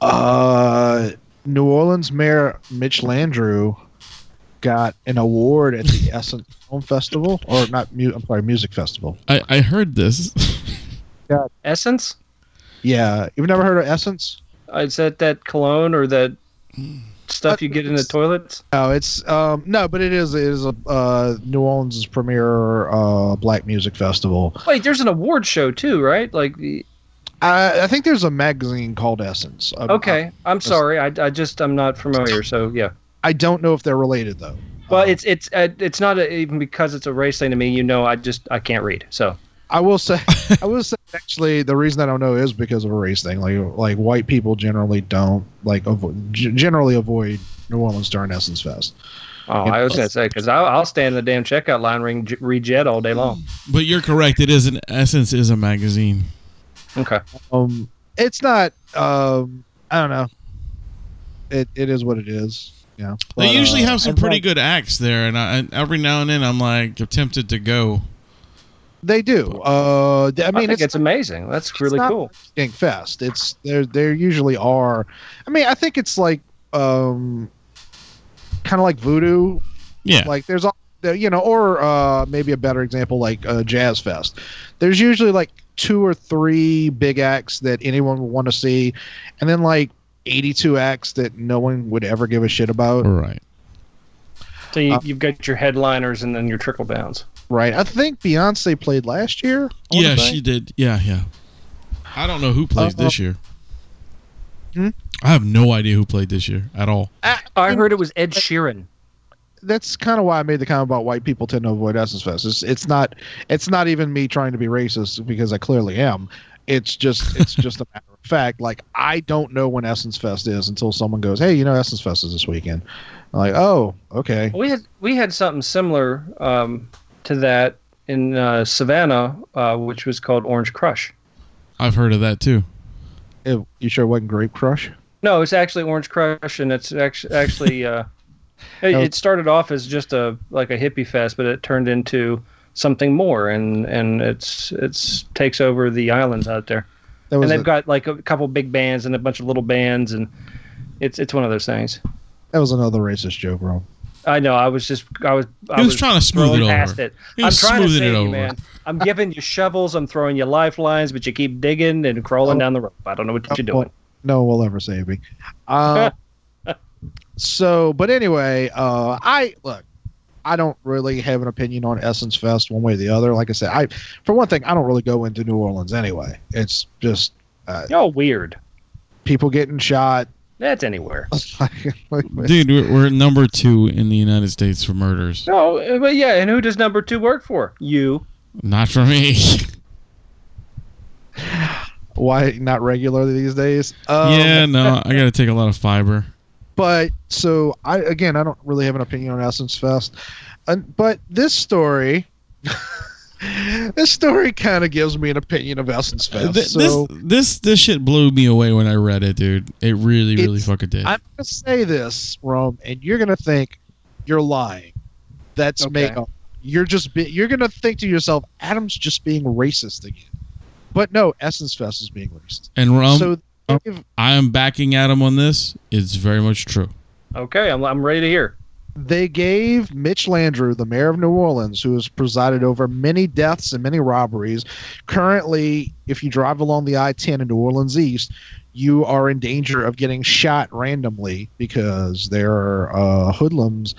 Speaker 3: Uh, New Orleans Mayor Mitch Landrieu got an award at the Essen Film Festival, or not? Mu- I'm sorry, Music Festival.
Speaker 2: I, I heard this.
Speaker 4: Essence? Uh,
Speaker 3: Yeah, you've never heard of Essence?
Speaker 4: Is that that cologne or that stuff you get in the toilets?
Speaker 3: No, it's um, no, but it is it is a uh, New Orleans' premier uh, black music festival.
Speaker 4: Wait, there's an award show too, right? Like, the-
Speaker 3: I, I think there's a magazine called Essence. Um,
Speaker 4: okay, I'm sorry. I, I just I'm not familiar. So yeah.
Speaker 3: I, I don't know if they're related though.
Speaker 4: Well,
Speaker 3: Um,
Speaker 4: it's it's uh, it's not a, even because it's a race thing to me. You know, I just I can't read. So
Speaker 3: I will say, I will say, actually, the reason I don't know is because of a race thing. Like, like white people generally don't like avo- g- generally avoid New Orleans during Essence Fest.
Speaker 4: oh, I was gonna say because I'll, I'll stand in the damn checkout line ring read Jet all day long.
Speaker 2: but you're correct. It is an essence is a magazine.
Speaker 4: Okay,
Speaker 3: Um, it's not. Um, I don't know. It it is what it is. Yeah,
Speaker 2: They
Speaker 3: But,
Speaker 2: usually
Speaker 3: uh,
Speaker 2: have some
Speaker 3: I'd
Speaker 2: pretty
Speaker 3: like-
Speaker 2: good acts there, and, I, and every now and then I'm like tempted to go.
Speaker 3: They do. Uh, th- I
Speaker 4: I
Speaker 3: mean,
Speaker 4: mean
Speaker 3: it's,
Speaker 4: it's, amazing. That's really
Speaker 3: not-
Speaker 4: cool.
Speaker 3: Stink Fest. It's there. There usually are. I mean, I think it's like um, kind of like voodoo
Speaker 2: Yeah.
Speaker 3: like there's all there- you know or uh maybe a better example like uh, jazz fest there's usually like two or three big acts that anyone would want to see and then like 82 acts that no one would ever give a shit about
Speaker 2: All right.
Speaker 4: So you,
Speaker 3: Uh,
Speaker 4: you've got your headliners and then your trickle downs.
Speaker 3: right i think beyonce played last year I wanna
Speaker 2: Yeah,
Speaker 3: say.
Speaker 2: she did. Yeah, yeah. I don't know who plays
Speaker 3: Uh,
Speaker 2: this year.
Speaker 3: Hmm?
Speaker 2: I have no idea who played this year at all.
Speaker 4: I heard it was Ed Sheeran.
Speaker 3: that's kind of why i made the comment about white people tend to avoid essence fest it's, it's not it's not even me trying to be racist because i clearly am it's just it's just a matter of fact like i don't know when essence fest is until someone goes hey you know essence fest is this weekend I'm like oh okay
Speaker 4: We had we had something similar um, to that in uh, Savannah, uh, which was called Orange Crush.
Speaker 2: I've heard of that too.
Speaker 3: Eh, you sure it wasn't grape crush
Speaker 4: No, it's actually Orange Crush, and it's actually actually uh, it,
Speaker 3: No.
Speaker 4: it started off as just a like a hippie fest, but it turned into something more, and and it's it's takes over the islands out there,
Speaker 3: that
Speaker 4: and
Speaker 3: was
Speaker 4: they've
Speaker 3: a,
Speaker 4: got like a couple big bands and a bunch of little bands, and it's it's one of those things.
Speaker 3: that was another racist joke bro
Speaker 4: I know. I was just I was I
Speaker 2: He was trying to smooth
Speaker 4: throwing
Speaker 2: it
Speaker 4: past
Speaker 2: over.
Speaker 4: it.
Speaker 2: He
Speaker 4: I'm
Speaker 2: was
Speaker 4: trying to
Speaker 2: smoothing
Speaker 4: save
Speaker 2: it
Speaker 4: you,
Speaker 2: over.
Speaker 4: man. I'm giving you shovels. I'm throwing you lifelines, but you keep digging and crawling down the rope. I don't know what you're
Speaker 3: Oh, well,
Speaker 4: doing.
Speaker 3: no one will ever save me. Uh, so, but anyway, uh, I look. I don't really have an opinion on Essence Fest one way or the other. Like I said, I for one thing, I don't really go into New Orleans anyway. It's just
Speaker 4: You're all weird.
Speaker 3: people getting shot.
Speaker 4: That's anywhere.
Speaker 2: Dude, we're, we're number two in the United States for murders.
Speaker 4: No, uh, but yeah, and who does number two work for? You.
Speaker 2: Not for me.
Speaker 3: Why not regularly these days? Um,
Speaker 2: yeah, no, I got to take a lot of fiber.
Speaker 3: but so I again I don't really have an opinion on Essence Fest, and, but this story, this story kind of gives me an opinion of Essence Fest.
Speaker 2: Th-
Speaker 3: so
Speaker 2: this this this shit blew me away when I read it, dude. It really, really
Speaker 3: It's-
Speaker 2: fucking did.
Speaker 3: I'm gonna say this, Rome, and you're gonna think you're lying. That's
Speaker 4: Okay.
Speaker 3: makeup. you're just be- you're gonna think to yourself, Adam's just being racist again. But no, Essence Fest is being racist.
Speaker 2: And Rum,
Speaker 3: so they've,
Speaker 2: I am backing Adam on this. It's very much true.
Speaker 4: Okay, I'm, I'm ready to hear.
Speaker 3: they gave Mitch Landrieu, the mayor of New Orleans, who has presided over many deaths and many robberies. Currently, if you drive along the I 10 in New Orleans East, you are in danger of getting shot randomly because there are uh, hoodlums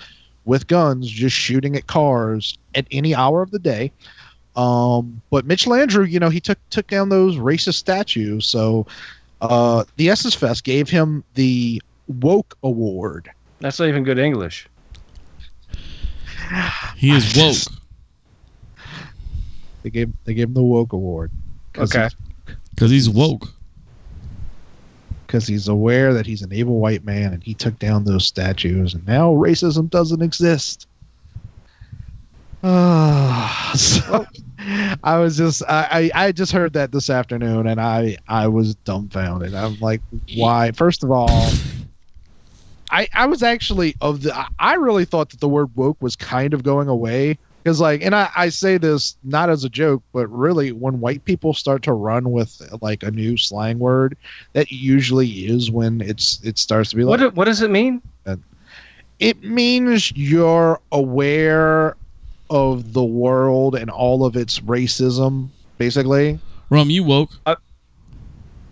Speaker 3: with guns just shooting at cars at any hour of the day. Um, but Mitch Landrieu, you know, he took took down those racist statues. So uh, the Essence Fest gave him the Woke Award.
Speaker 4: That's not even good English.
Speaker 2: He is woke.
Speaker 3: They gave they gave him the woke award.
Speaker 4: Okay.
Speaker 2: Because he's woke.
Speaker 3: Because he's aware that he's an evil white man, and he took down those statues, and now racism doesn't exist. Ah, so I was just I, I I just heard that this afternoon, and I I was dumbfounded. I'm like, why? First of all. I, I was actually of the I- I really thought that the word woke was kind of going away because like and I, I say this not as a joke but really when white people start to run with like a new slang word that usually is when it's it starts to be like
Speaker 4: What, what does it mean?
Speaker 3: it means you're aware of the world and all of its racism basically
Speaker 2: Rum, you woke.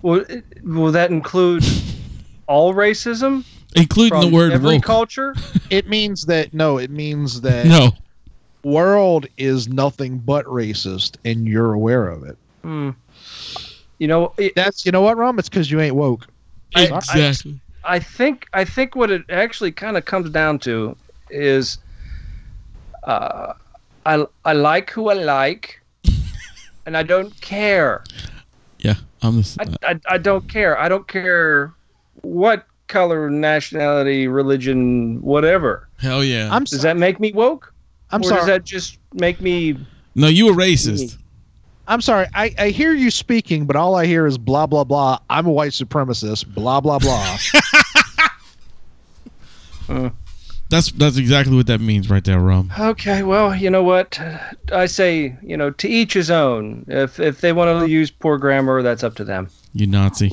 Speaker 4: Will, will that include all racism
Speaker 2: Including
Speaker 4: from
Speaker 2: the word
Speaker 4: every
Speaker 2: woke.
Speaker 4: culture?
Speaker 3: it means that no it means that
Speaker 2: no.
Speaker 3: world is nothing but racist and you're aware of it
Speaker 4: Hmm. You know, it,
Speaker 3: that's you know what Rom? it's because you ain't woke I-
Speaker 2: Exactly.
Speaker 4: I think I think what it actually kind of comes down to is, uh, I I like who I like, and I don't care.
Speaker 2: yeah. I'm the, uh,
Speaker 4: I, I, I don't care. I don't care what color, nationality, religion, whatever.
Speaker 2: hell yeah.
Speaker 3: i'm,
Speaker 4: Does
Speaker 3: so,
Speaker 4: that make me woke?
Speaker 3: I'm
Speaker 4: or
Speaker 3: sorry
Speaker 4: does that just make me?
Speaker 2: no, you were racist.
Speaker 3: I'm sorry. I, I hear you speaking, but all I hear is blah blah blah. I'm a white supremacist. Blah blah blah.
Speaker 2: That's that's exactly what that means right there, Rum.
Speaker 4: Okay, well, you know what? I say, you know, to each his own. If if they want to use poor grammar, that's up to them.
Speaker 2: You Nazi.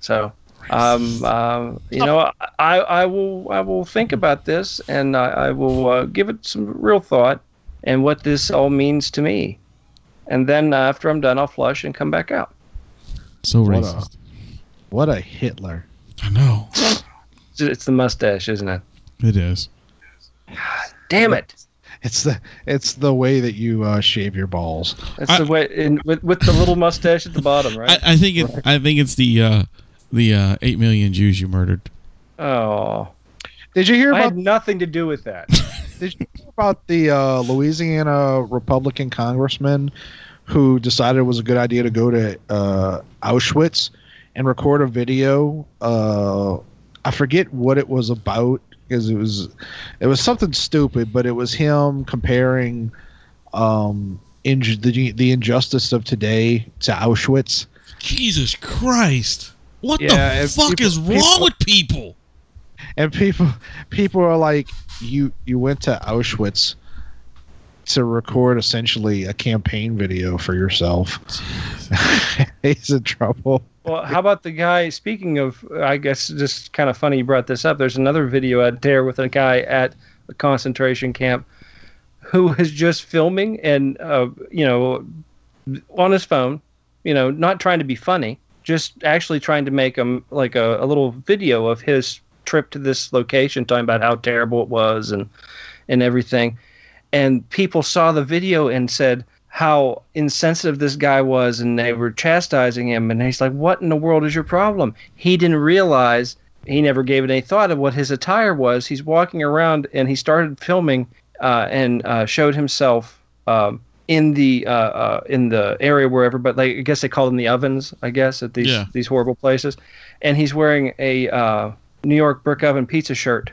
Speaker 4: So, um, um, you know, I, I will I will think about this and I, I will uh, give it some real thought and what this all means to me, and then uh, after I'm done, I'll flush and come back out.
Speaker 2: So
Speaker 3: What
Speaker 2: racist.
Speaker 3: what a Hitler.
Speaker 2: I know.
Speaker 4: It's, it's the mustache, isn't it?
Speaker 2: It is.
Speaker 4: Damn it!
Speaker 3: It's the it's the way that you uh, shave your balls.
Speaker 4: That's
Speaker 2: I-
Speaker 4: the way in, with with the little mustache at the bottom, right?
Speaker 2: I, I think it. I think it's the uh, the uh, eight million Jews you murdered.
Speaker 4: oh,
Speaker 3: Did you hear
Speaker 4: I
Speaker 3: about
Speaker 4: had nothing to do with that.
Speaker 3: Did you hear about the uh, Louisiana Republican congressman who decided it was a good idea to go to uh, Auschwitz and record a video? Uh, I forget what it was about because it was it was something stupid, but it was him comparing um, inj- the the injustice of today to Auschwitz.
Speaker 2: Jesus Christ! What
Speaker 3: Yeah, if people- people-
Speaker 2: with people?
Speaker 3: and people people are like you you went to auschwitz to record essentially a campaign video for yourself he's in trouble
Speaker 4: Well, how about the guy? Speaking of, I guess just kind of funny you brought this up. There's another video out there with a guy at a concentration camp who was just filming and, uh, you know, on his phone, you know, not trying to be funny, just actually trying to make him like a, a little video of his trip to this location, talking about how terrible it was and and everything. And people saw the video and said, how insensitive this guy was and they were chastising him and he's like what in the world is your problem he didn't realize he never gave it any thought of what his attire was he's walking around and he started filming uh, and uh, showed himself um, in the uh, uh, in the area where everybody like, i guess they call them the ovens i guess at these
Speaker 2: Yeah.
Speaker 4: these horrible places and he's wearing a uh, new york brick oven pizza shirt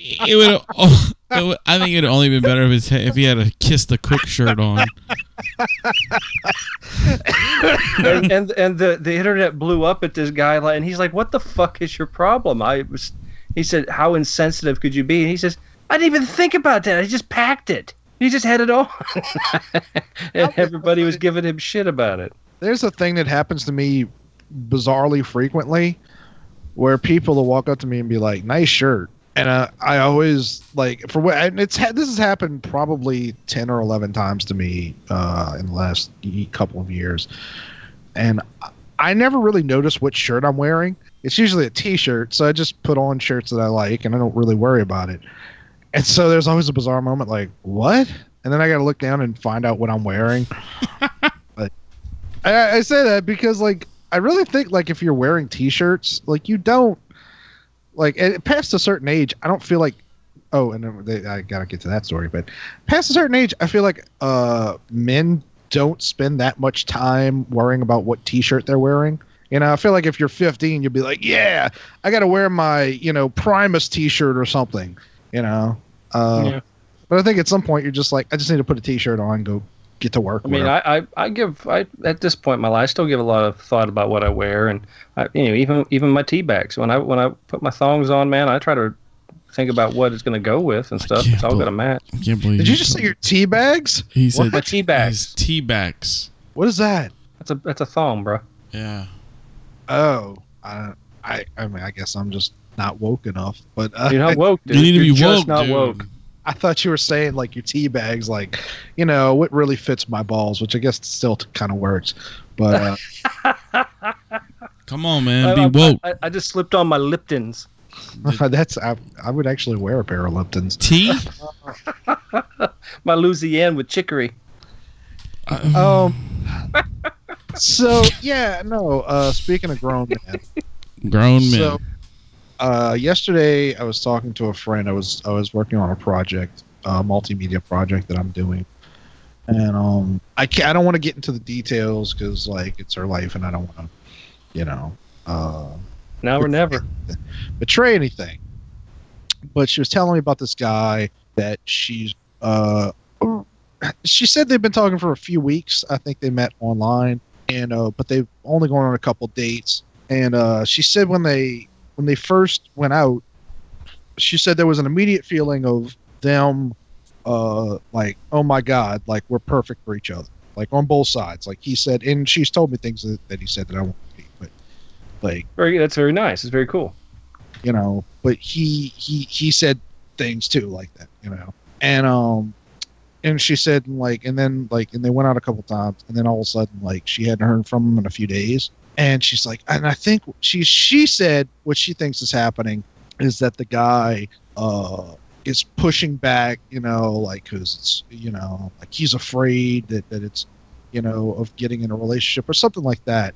Speaker 2: It would. Oh, it would I think it'd only been better if, his, if he had a kiss the cook shirt on.
Speaker 4: and and, and the, the internet blew up at this guy like, and he's like what the fuck is your problem i was He said, "How insensitive could you be?" And he says, "I didn't even think about that. I just packed it. He just had it on, and everybody was giving him shit about it."
Speaker 3: There's a thing that happens to me bizarrely frequently where people will walk up to me and be like, "Nice shirt." And uh, I always like for what and it's had this has happened probably ten or eleven times to me uh, in the last ye- couple of years, and I- I never really notice what shirt I'm wearing. It's usually a T-shirt, so I just put on shirts that I like, and I don't really worry about it. And so there's always a bizarre moment like, "What?" And then I got to look down and find out what I'm wearing. But I, I say that because like I really think like if you're wearing t-shirts, like you don't like and past a certain age. I don't feel like oh, and then they, I gotta get to that story, but past a certain age, I feel like uh men don't spend that much time worrying about what t-shirt they're wearing. You know, I feel like if you're 15, you'll be like, yeah, I gotta wear my you know Primus t-shirt or something. You know, uh,
Speaker 4: Yeah.
Speaker 3: but I think at some point you're just like, I just need to put a t-shirt on, and go get to work.
Speaker 4: I mean,
Speaker 3: whatever.
Speaker 4: I, I, I give I at this point in my life, I still give a lot of thought about what I wear, and I, you know, even even my tea bags. When I when I put my thongs on, man, I try to think about what it's going to go with and stuff.
Speaker 2: can't
Speaker 4: It's all
Speaker 2: believe-
Speaker 4: going to match.
Speaker 2: I can't believe
Speaker 3: did you just say your tea bags?
Speaker 2: He said
Speaker 4: My tea bags.
Speaker 2: his tea bags.
Speaker 3: What is that?
Speaker 4: That's a that's a thong, bro.
Speaker 2: Yeah.
Speaker 3: Oh, I, I, I mean, I guess I'm just not woke enough. But uh,
Speaker 4: You're not woke, dude.
Speaker 2: you need to
Speaker 4: You're
Speaker 2: be
Speaker 4: just
Speaker 2: woke,
Speaker 4: not
Speaker 2: dude.
Speaker 4: woke.
Speaker 3: I thought you were saying like your tea bags, like you know, what really fits my balls, which I guess still kind of works. But uh,
Speaker 2: Come on, man.
Speaker 4: I-
Speaker 2: Be
Speaker 4: I,
Speaker 2: woke.
Speaker 4: I, I just slipped on my Liptons.
Speaker 3: uh, that's I, I would actually wear a pair of Liptons.
Speaker 2: Tea?
Speaker 4: My Louisiana with chicory.
Speaker 3: Um. so yeah, no. Uh, speaking of grown men,
Speaker 2: Grown men.
Speaker 3: So, uh, yesterday I was talking to a friend. I was I was working on a project, a multimedia project that I'm doing, and um, I can't, I don't want to get into the details because like it's her life, and I don't want to, you know, uh,
Speaker 4: Now or never.
Speaker 3: betray anything. But she was telling me about this guy that she's. Uh, she said they've been talking for a few weeks. I think they met online, and uh, but they've only gone on a couple dates. And uh, she said when they when they first went out, she said there was an immediate feeling of them, uh, like oh my god, like we're perfect for each other, like on both sides. Like he said, and she's told me things that, that he said that I won't repeat, but like
Speaker 4: Very, that's very nice. It's very cool.
Speaker 3: you know but he he he said things too like that you know and um and she said like and then like and they went out a couple times and then all of a sudden like she hadn't heard from him in a few days and she's like and i think she she said what she thinks is happening is that the guy uh is pushing back you know like because it's you know like he's afraid that that it's you know of getting in a relationship or something like that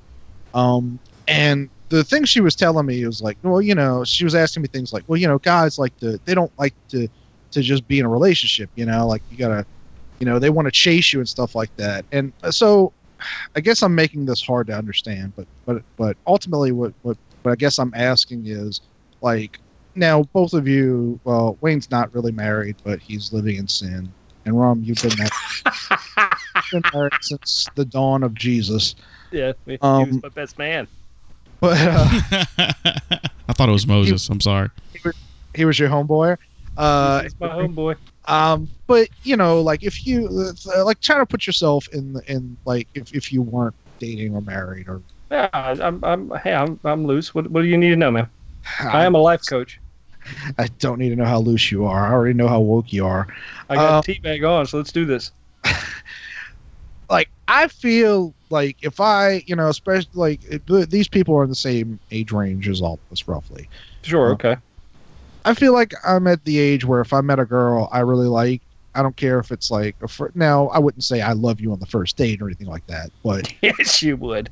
Speaker 3: um and the thing she was telling me was like, well, you know, she was asking me things like, well, you know, guys like to, they don't like to, to just be in a relationship, you know, like you gotta, you know, they want to chase you and stuff like that. And uh, so, I guess I'm making this hard to understand, but but but ultimately, what what what I guess I'm asking is, like, now both of you, well, Wayne's not really married, but he's living in sin, and Rom, you've been married, been married since the dawn of Jesus,
Speaker 4: Yeah, he
Speaker 3: Um,
Speaker 4: was my best man.
Speaker 3: but. Uh,
Speaker 2: I thought it was Moses. I'm sorry.
Speaker 3: he was your homeboy. Uh,
Speaker 4: He's my homeboy.
Speaker 3: um, but you know, like if you uh, like try to put yourself in in like if, if you weren't dating or married or
Speaker 4: Yeah, I'm, I'm, hey, I'm, I'm loose. What, what do you need to know, man? I
Speaker 3: Uh,
Speaker 4: am a life coach.
Speaker 3: I don't need to know how loose you are. I already know how woke you are.
Speaker 4: I got
Speaker 3: Uh,
Speaker 4: a tea bag on, so let's do this.
Speaker 3: Like I feel like if I you know especially like it, these people are in the same age range as all of us roughly.
Speaker 4: Sure,
Speaker 3: uh,
Speaker 4: okay.
Speaker 3: I feel like I'm at the age where if I met a girl I really like, I don't care if it's like a fr- now I wouldn't say I love you on the first date or anything like that, but
Speaker 4: Yes, you would.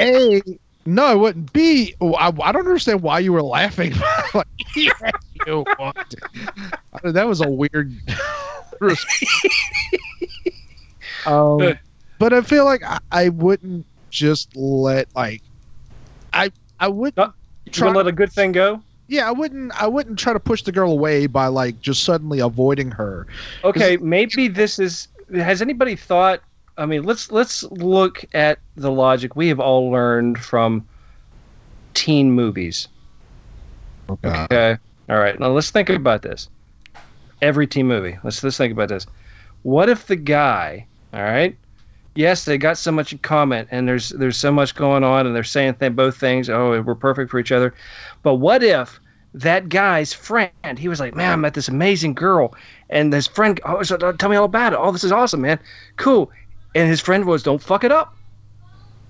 Speaker 3: A, no, it wouldn't. B, oh, I, I don't understand why you were laughing. Like, yeah, you would. Uh, that was a weird response. um, but I feel like I, I wouldn't just let like I I would
Speaker 4: Not- You
Speaker 3: Try-
Speaker 4: gonna let a good thing go?
Speaker 3: yeah I wouldn't I wouldn't try to push the girl away by like just suddenly avoiding her.
Speaker 4: Okay, maybe this is. Has anybody thought? I mean, let's let's look at the logic we have all learned from teen movies.
Speaker 3: Okay.
Speaker 4: Okay. All right. Now let's think about this. Every teen movie. Let's let's think about this. What if the guy? All right. Yes, they got so much in common, and there's there's so much going on, and they're saying th- both things. Oh, we're perfect for each other. But what if that guy's friend? He was like, "Man, I met this amazing girl," and his friend, "Oh, so, uh, tell me all about it. Oh, this is awesome, man. Cool." And his friend was, "Don't fuck it up."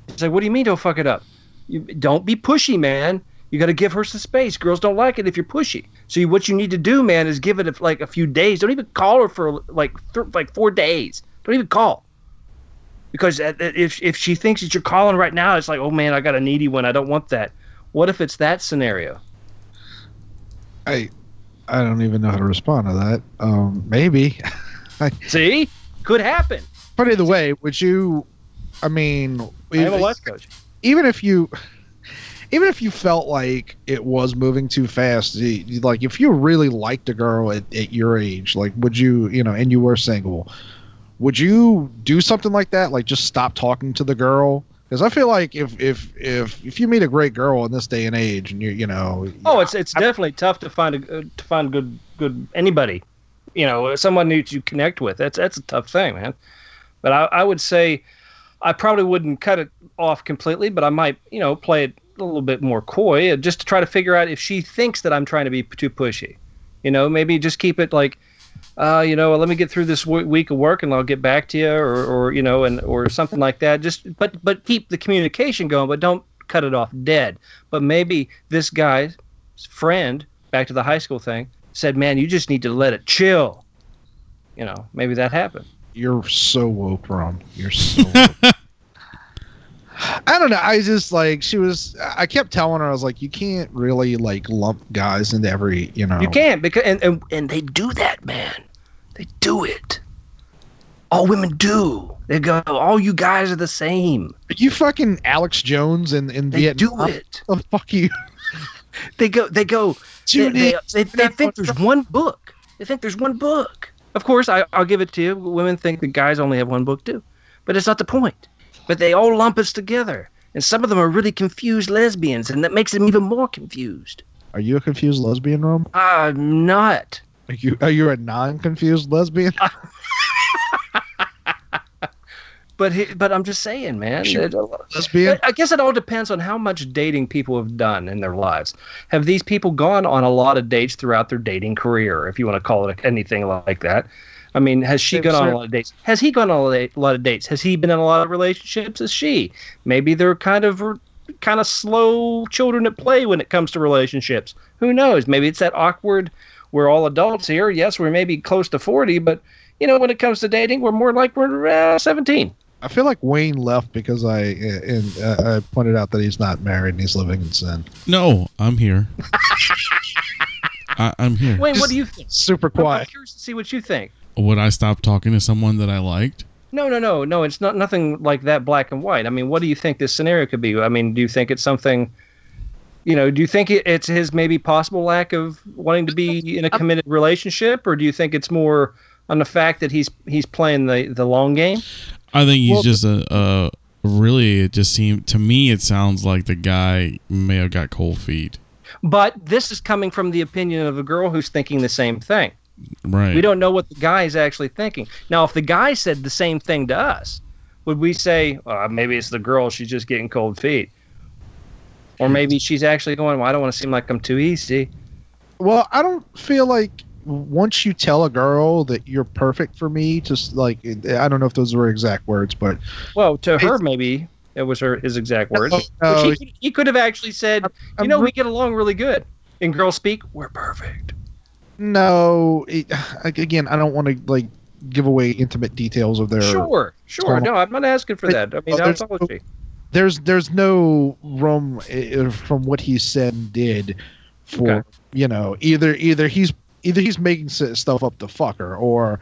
Speaker 4: He's like, "What do you mean, don't fuck it up? You, don't be pushy, man. You got to give her some space. Girls don't like it if you're pushy. So you, what you need to do, man, is give it a, like a few days. Don't even call her for like th- like four days. Don't even call, because uh, if if she thinks that you're calling right now, it's like, oh man, I got a needy one. I don't want that. What if it's that scenario?
Speaker 3: I I don't even know how to respond to that. Um, maybe.
Speaker 4: See, could happen.
Speaker 3: But either way, would you? I mean,
Speaker 4: I am a
Speaker 3: if-
Speaker 4: life coach.
Speaker 3: even if you, even if you felt like it was moving too fast, you- you- like if you really liked a girl at, at your age, like would you, you know, and you were single, would you do something like that? Like just stop talking to the girl? Because I feel like if if if if you meet a great girl in this day and age, and you you know,
Speaker 4: Oh, it's it's definitely tough to find a uh, to find good good anybody, you know, someone that you connect with. That's that's a tough thing, man. But I, I would say, I probably wouldn't cut it off completely, but I might you know play it a little bit more coy, uh, just to try to figure out if she thinks that I'm trying to be p- too pushy. You know, maybe just keep it like, uh, you know, let me get through this w- week of work and I'll get back to you, or or you know, and or something like that. Just but but keep the communication going, but don't cut it off dead. But maybe this guy friend back to the high school thing said man you just need to let it chill you know maybe that happened
Speaker 3: You're so woke, Rom. You're so. woke. I don't know. I was just like she was. I kept telling her I was like, you can't really like lump guys into every you know.
Speaker 4: you can't because and, and and they do that man they do it all women do they go all you guys are the same
Speaker 3: You fucking Alex Jones in in
Speaker 4: they do
Speaker 3: Vietnam.
Speaker 4: it
Speaker 3: The fuck you.
Speaker 4: they go they go they,
Speaker 3: Judy.
Speaker 4: they, they, they think there's one book they think there's one book of course I, i'll give it to you women think the guys only have one book too but it's not the point but they all lump us together and some of them are really confused lesbians and that makes them even more confused
Speaker 3: Are you a confused lesbian, Rom?
Speaker 4: i'm not
Speaker 3: Are you are you a non-confused lesbian?
Speaker 4: but he, but i'm just saying man
Speaker 3: Sure.
Speaker 4: that-
Speaker 3: lesbian.
Speaker 4: I guess it all depends on how much dating people have done in their lives. Have these people gone on a lot of dates throughout their dating career, if you want to call it anything like that? I mean, has she
Speaker 3: They've
Speaker 4: gone on a
Speaker 3: cer-
Speaker 4: lot of dates? Has he gone on a la- lot of dates? Has he been in a lot of relationships? Is she? Maybe they're kind of kind of slow children at play when it comes to relationships. Who knows? Maybe it's that awkward. We're all adults here. Yes, we're maybe close to forty, but you know, when it comes to dating, we're more like we're uh, seventeen.
Speaker 3: I feel like Wayne left because I and uh, I pointed out that he's not married and he's living in sin.
Speaker 2: No, I'm here. I, I'm here.
Speaker 4: Wayne, what
Speaker 3: Just-
Speaker 4: do you think?
Speaker 3: Super
Speaker 4: I'm- I'm
Speaker 3: quiet.
Speaker 4: curious to see what you think.
Speaker 2: Would I stop talking to someone that I liked?
Speaker 4: No, no, no, no. It's not nothing like that black and white. I mean, what do you think this scenario could be? I mean, do you think it's something, you know, do you think it, it's his maybe possible lack of wanting to be in a committed relationship, or do you think it's more on the fact that he's he's playing the the long game?
Speaker 2: I think he's
Speaker 3: Well-
Speaker 2: just a, a really. It just seemed to me. It sounds like the guy may have got cold feet.
Speaker 4: But this is coming from the opinion of a girl who's thinking the same thing.
Speaker 2: Right.
Speaker 4: We don't know what the guy is actually thinking. Now, if the guy said the same thing to us, would we say, uh, maybe it's the girl, she's just getting cold feet?
Speaker 3: Hmm.
Speaker 4: Or maybe she's actually going, well, I don't want to seem like I'm too easy.
Speaker 3: Well, I don't feel like once you tell a girl that you're perfect for me, just like I don't know if those were exact words, but
Speaker 4: Well, to her,
Speaker 3: It's- Oh,
Speaker 4: maybe it was her his exact words.
Speaker 3: no,
Speaker 4: Which he, could, he could have actually said, you
Speaker 3: I'm
Speaker 4: know,
Speaker 3: re-
Speaker 4: we get along really good. In girl speak, we're perfect.
Speaker 3: no. It, like, again, I don't want to like give away intimate details of their.
Speaker 4: Sure, sure.
Speaker 3: Come
Speaker 4: No, I'm not asking for
Speaker 3: But-
Speaker 4: that. I mean,
Speaker 3: oh,
Speaker 4: that's
Speaker 3: there's
Speaker 4: all
Speaker 3: no-
Speaker 4: she.
Speaker 3: There's there's no room uh, from what he said and did for
Speaker 4: Okay.
Speaker 3: you know either either he's either he's making s- stuff up to fuck her or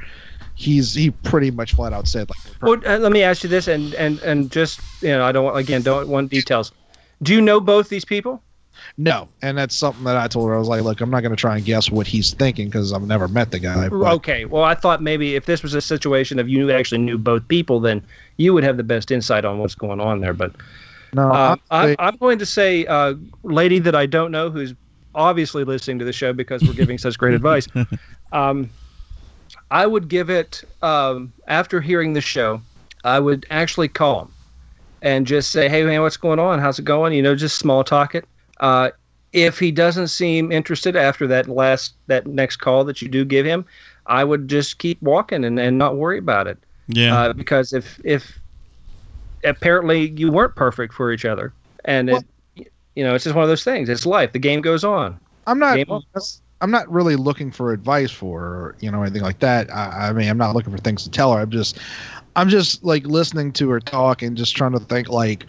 Speaker 3: he's he pretty much flat out said like
Speaker 4: Well, uh, let me ask you this, and and and just you know, I don't want- again don't want details. Do you know both these people?
Speaker 3: no, and that's something that I told her I was like look I'm not gonna try and guess what he's thinking because I've never met the guy. but-
Speaker 4: Okay. Well, I thought maybe if this was a situation of you actually knew both people, then you would have the best insight on what's going on there. But
Speaker 3: No,
Speaker 4: uh, I'm,
Speaker 3: honestly,
Speaker 4: I'm going to say, uh, lady that I don't know who's obviously listening to the show because we're giving such great advice. Um, I would give it um, after hearing the show. I would actually call him and just say, "Hey man, what's going on? How's it going?" You know, just small talk it. Uh, if he doesn't seem interested after that last that next call that you do give him, I would just keep walking and, and not worry about it.
Speaker 2: Yeah.
Speaker 4: Uh, because if if apparently you weren't perfect for each other, and it, you know it's just one of those things. It's life. The game goes on.
Speaker 3: I'm not.
Speaker 4: Game on.
Speaker 3: that's- I'm not really looking for advice for her, or, you know anything like that. I, I mean, I'm not looking for things to tell her. I'm just, I'm just like listening to her talk and just trying to think like,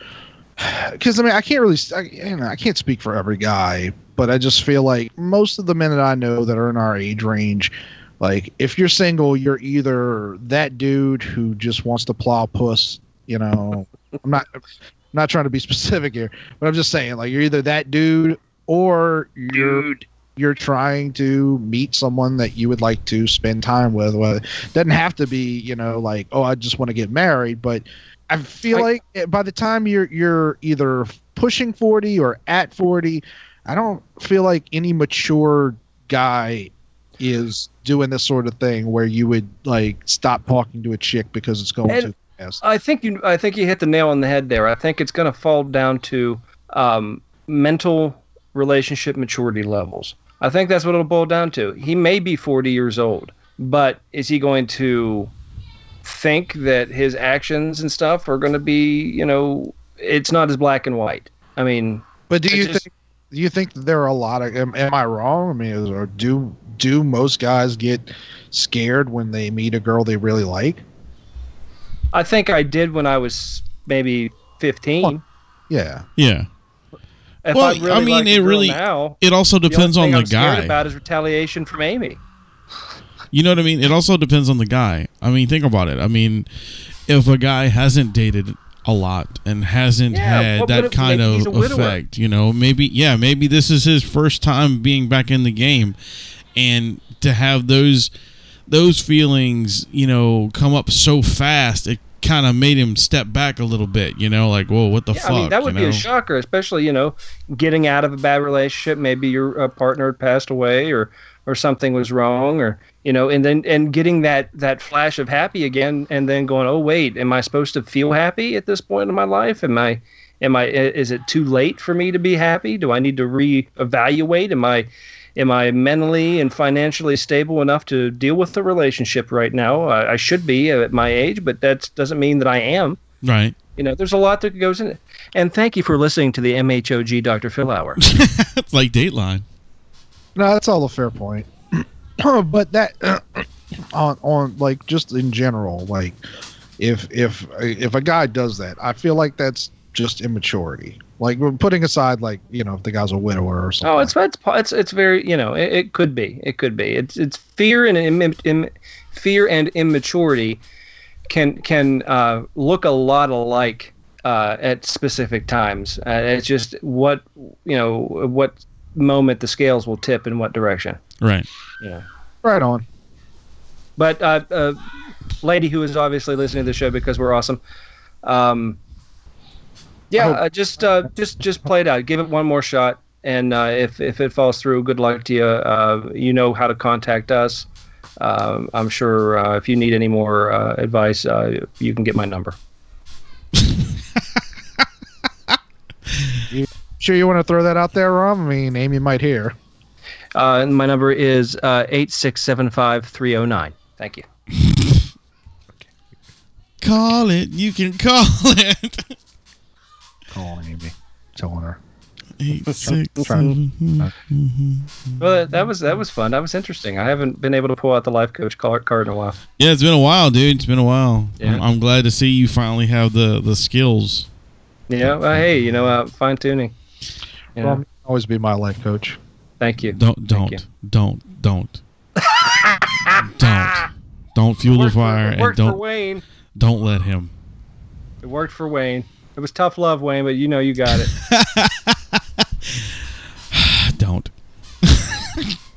Speaker 3: because I mean, I can't really, s- I, you know, I can't speak for every guy, but I just feel like most of the men that I know that are in our age range, like if you're single, you're either that dude who just wants to plow puss. You know, I'm not. I'm not trying to be specific here, but I'm just saying, like, you're either that dude or you're you're trying to meet someone that you would like to spend time with. Well, it doesn't have to be, you know, like, oh, I just want to get married. But I feel like eh, by the time you're you're either pushing forty or at forty, I don't feel like any mature guy is doing this sort of thing where you would like stop talking to a chick because it's going
Speaker 4: And-
Speaker 3: too fast.
Speaker 4: I think you I think you hit the nail on the head there. I think it's going to fall down to um, mental relationship maturity levels. I think that's what it'll boil down to. He may be 40 years old, but is he going to think that his actions and stuff are going to be, you know, it's not as black and white. I mean,
Speaker 3: But do
Speaker 4: I
Speaker 3: you
Speaker 4: just-
Speaker 3: think do you think that there are a lot of am, am I wrong? I mean, is- or do do most guys get scared when they meet a girl they really like?
Speaker 4: I think I did when I was maybe 15.
Speaker 3: Yeah.
Speaker 2: yeah.
Speaker 4: If
Speaker 2: Well,
Speaker 4: I, really
Speaker 2: I mean,
Speaker 4: liked a
Speaker 2: it
Speaker 4: girl
Speaker 2: really-
Speaker 4: now,
Speaker 2: It also depends
Speaker 4: the
Speaker 2: on
Speaker 4: only thing
Speaker 2: the
Speaker 4: I'm scared
Speaker 2: guy.
Speaker 4: About is retaliation from Amy.
Speaker 2: You know what I mean? It also depends on the guy. I mean, think about it. I mean, if a guy hasn't dated a lot and hasn't
Speaker 4: Yeah,
Speaker 2: had
Speaker 4: what-
Speaker 2: that
Speaker 4: what if
Speaker 2: kind
Speaker 4: maybe
Speaker 2: of
Speaker 4: he's a widower?
Speaker 2: effect, you know, maybe yeah, maybe this is his first time being back in the game and to have those those feelings, you know, come up so fast, it kind of made him step back a little bit, you know, like, whoa, what the
Speaker 4: Yeah,
Speaker 2: fuck?
Speaker 4: I mean, that would
Speaker 2: you
Speaker 4: be
Speaker 2: know?
Speaker 4: a shocker, especially, you know, getting out of a bad relationship. Maybe your uh, partner had passed away or, or something was wrong or, you know, and then, and getting that, that flash of happy again and then going, oh, wait, am I supposed to feel happy at this point in my life? Am I, am I, i- is it too late for me to be happy? Do I need to reevaluate? Am I, am I mentally and financially stable enough to deal with the relationship right now? I, I should be at my age, but that doesn't mean that I am.
Speaker 2: Right.
Speaker 4: You know, there's a lot that goes in it. And thank you for listening to the MHOG Dr. Phil Hour.
Speaker 2: It's like Dateline.
Speaker 3: No, that's all a fair point. but that on on like just in general, like if if if a guy does that, I feel like that's just immaturity. Like we're putting aside like, you know, if the guy's a widower or something.
Speaker 4: oh, it's it's it's it's very you know it, it could be it could be it's it's fear and Im, im, fear and immaturity can can uh, look a lot alike uh, at specific times. Uh, it's just what you know what moment the scales will tip in what direction.
Speaker 2: Right.
Speaker 3: right on.
Speaker 4: But uh, uh, lady who is obviously listening to the show because we're awesome. Um, yeah,
Speaker 3: I hope-
Speaker 4: uh, just uh, just just play it out. Give it one more shot, and uh, if if it falls through, good luck to you. Uh, you know how to contact us. Um, I'm sure uh, if you need any more uh, advice, uh, you can get my number.
Speaker 3: Sure you want to throw that out there, Rom? I mean, Amy might hear.
Speaker 4: Uh, and my number is uh, eight six seven five three zero nine. Thank you.
Speaker 2: Call it. You can call it.
Speaker 3: Call Amy. Telling her.
Speaker 2: Eight, six,
Speaker 3: Trying-
Speaker 2: seven, mhm.
Speaker 4: Well, that, that was that was fun. That was interesting. I haven't been able to pull out the life coach car- card in a while.
Speaker 2: Yeah, it's been a while, dude. It's been a while.
Speaker 4: Yeah.
Speaker 2: I'm, I'm glad to see you finally have the the skills.
Speaker 4: Yeah. Well, hey, you know, uh, fine tuning. You know,
Speaker 3: Rom, you can always be my life coach.
Speaker 4: thank you.
Speaker 2: Don't
Speaker 4: Thank
Speaker 2: don't don't don't don't don't fuel
Speaker 4: It
Speaker 2: the
Speaker 4: worked for-
Speaker 2: fire
Speaker 4: it
Speaker 2: and
Speaker 4: worked for
Speaker 2: don't
Speaker 4: Wayne.
Speaker 2: don't let him.
Speaker 4: It worked for Wayne. It was tough love, Wayne, but you know you got it.
Speaker 2: Don't.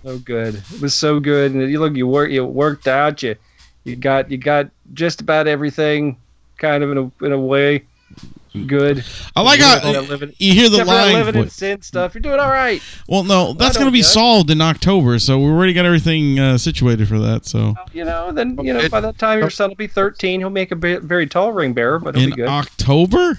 Speaker 4: so good. It was so good, and you look, you work, you worked out. You, you got, you got just about everything, kind of in a in a way. Good.
Speaker 2: I like how
Speaker 4: Except for that living-
Speaker 2: you hear the
Speaker 4: except for that
Speaker 2: line.
Speaker 4: living in
Speaker 2: voice.
Speaker 4: sin stuff. You're doing all right.
Speaker 2: Well, no, that's
Speaker 4: don't
Speaker 2: going to be
Speaker 4: judge.
Speaker 2: solved in October, so we already got everything uh, situated for that. So
Speaker 4: You know, then you know
Speaker 3: Okay.
Speaker 4: by the time your son will be 13, he'll make a be- very tall ring bearer, but he'll
Speaker 2: in
Speaker 4: be good.
Speaker 2: October,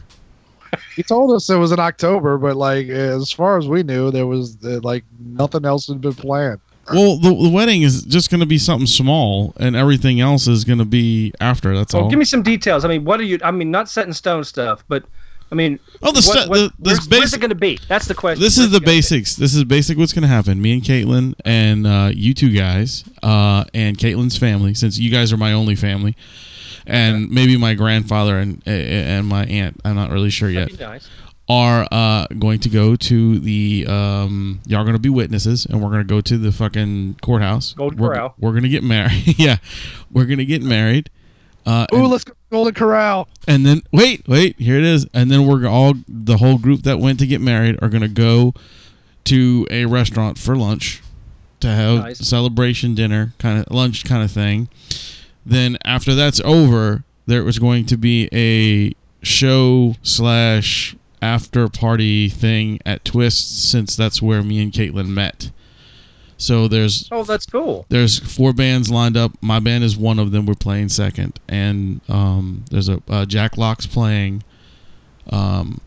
Speaker 3: He told us it was in October, but like as far as we knew, there was uh, like nothing else had been planned.
Speaker 2: well, the, the wedding is just going to be something small, and everything else is going to be after. That's
Speaker 4: Well,
Speaker 2: all.
Speaker 4: Oh, give me some details. I mean, what are you? I mean, not set in stone stuff, but I mean,
Speaker 2: oh, the,
Speaker 4: what,
Speaker 2: stu-
Speaker 4: what-
Speaker 2: the this
Speaker 4: where's, where's it
Speaker 2: basic.
Speaker 4: going to be? That's the question.
Speaker 2: This
Speaker 4: Where's
Speaker 2: is the
Speaker 4: it gonna be?
Speaker 2: basics. This is basic what's going to happen. Me and Caitlin and uh, you two guys uh, and Caitlin's family, since you guys are my only family, and maybe my grandfather and and my aunt. I'm not really sure yet.
Speaker 4: That'd be nice.
Speaker 2: are uh, going to go to the um, y'all going to be witnesses, and we're going to go to the fucking courthouse.
Speaker 4: Golden
Speaker 2: we're,
Speaker 4: Corral.
Speaker 2: We're going to get married. yeah, we're going to get married. Uh,
Speaker 3: Ooh,
Speaker 2: and,
Speaker 3: let's go to Golden Corral.
Speaker 2: and then wait, wait, here it is. And then we're all the whole group that went to get married are going to go to a restaurant for lunch to have
Speaker 4: Nice.
Speaker 2: celebration dinner kind of lunch kind of thing. Then after that's over, there was going to be a show slash after party thing at Twist since that's where me and Caitlin met. So there's
Speaker 4: Oh, that's cool.
Speaker 2: there's four bands lined up. My band is one of them. We're playing second, and um, there's a uh, Jack Locks playing. Um,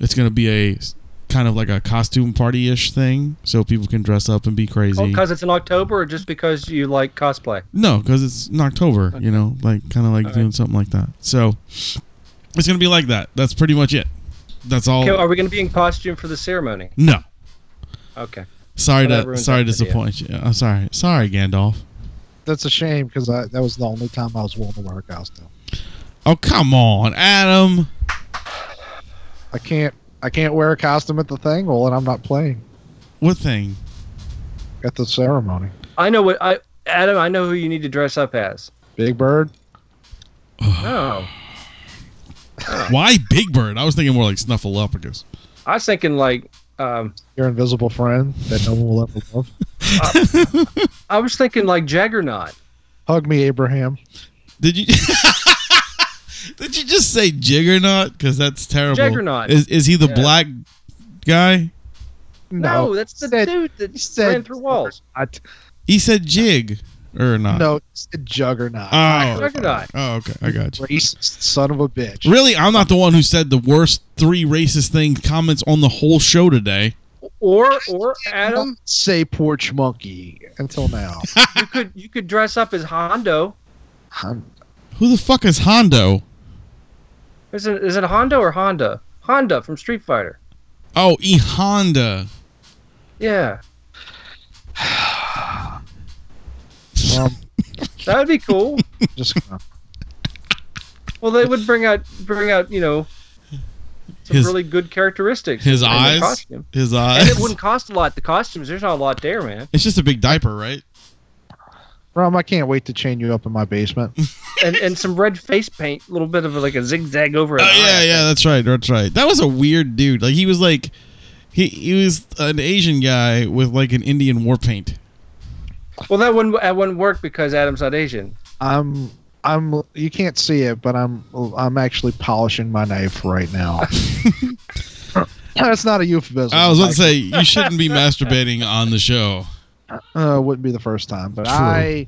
Speaker 2: it's gonna be a s- kind of like a costume party ish thing, so people can dress up and be crazy.
Speaker 4: Oh, because it's in October, or just because you like cosplay?
Speaker 2: No, because it's in October, you know, like kind of like
Speaker 4: All
Speaker 2: doing something like that. So it's gonna be like that. That's pretty much it. That's all.
Speaker 4: Okay, are we going to be in costume for the ceremony?
Speaker 2: no,
Speaker 4: Okay.
Speaker 2: sorry
Speaker 4: Well, that
Speaker 2: to
Speaker 4: ruins
Speaker 2: sorry to
Speaker 4: that video.
Speaker 2: disappoint you. I'm sorry, sorry Gandalf.
Speaker 3: That's a shame because that was the only time I was willing to wear a costume.
Speaker 2: Oh come on, Adam.
Speaker 3: I can't. I can't wear a costume at the thing. Well, and I'm not playing
Speaker 2: What thing?
Speaker 3: at the ceremony.
Speaker 4: I know what I Adam. I know who you need to dress up as. Oh,
Speaker 3: Big Bird.
Speaker 4: No,
Speaker 2: Why Big Bird? I was thinking more like Snuffleupagus.
Speaker 4: I was thinking like um,
Speaker 3: Your invisible friend that no one will ever love.
Speaker 4: I was thinking like Jaggernaut.
Speaker 3: Hug me, Abraham.
Speaker 2: Did you? Did you just say Jiggernaut? Because that's terrible.
Speaker 4: Jaggernaut.
Speaker 2: Is is he the
Speaker 4: Yeah.
Speaker 2: black guy?
Speaker 4: No, that's the
Speaker 3: Said-
Speaker 4: dude that
Speaker 3: he said-
Speaker 4: ran through walls.
Speaker 3: I,
Speaker 2: He said jig or not?
Speaker 3: no, it's a juggernaut.
Speaker 2: Oh.
Speaker 4: Juggernaut.
Speaker 2: Oh, okay. I got you.
Speaker 3: Racist son of a bitch.
Speaker 2: Really, I'm not the one who said the worst three racist things comments on the whole show today.
Speaker 4: Or or
Speaker 3: Don't
Speaker 4: Adam,
Speaker 3: say porch monkey until now.
Speaker 4: you could you could dress up as Hondo.
Speaker 3: I'm-
Speaker 2: Who the fuck is Hondo?
Speaker 4: Is it is it Hondo or Honda? Honda from Street Fighter.
Speaker 2: Oh, E Honda.
Speaker 4: Yeah,
Speaker 3: well,
Speaker 4: that would be cool.
Speaker 3: I'm just gonna,
Speaker 4: well, they would bring out bring out you know some
Speaker 2: His-
Speaker 4: really good characteristics.
Speaker 2: His
Speaker 4: in the
Speaker 2: eyes.
Speaker 4: costume.
Speaker 2: His
Speaker 4: And
Speaker 2: eyes.
Speaker 4: it wouldn't cost a lot. The costumes, there's not a lot there, man.
Speaker 2: It's just a big diaper, right?
Speaker 3: Rom, I can't wait to chain you up in my basement.
Speaker 4: And and some red face paint, a little bit of like a zigzag over an
Speaker 2: Oh
Speaker 4: eye.
Speaker 2: yeah, yeah, that's right, that's right. That was a weird dude. Like he was like, he he was an Asian guy with like an Indian war paint.
Speaker 4: Well, that wouldn't that wouldn't work because Adam's not Asian.
Speaker 3: I'm I'm you can't see it, but I'm I'm actually polishing my knife right now. That's not a euphemism.
Speaker 2: I was about to say you shouldn't be masturbating on the show.
Speaker 3: uh, wouldn't be the first time, but
Speaker 2: True.
Speaker 3: I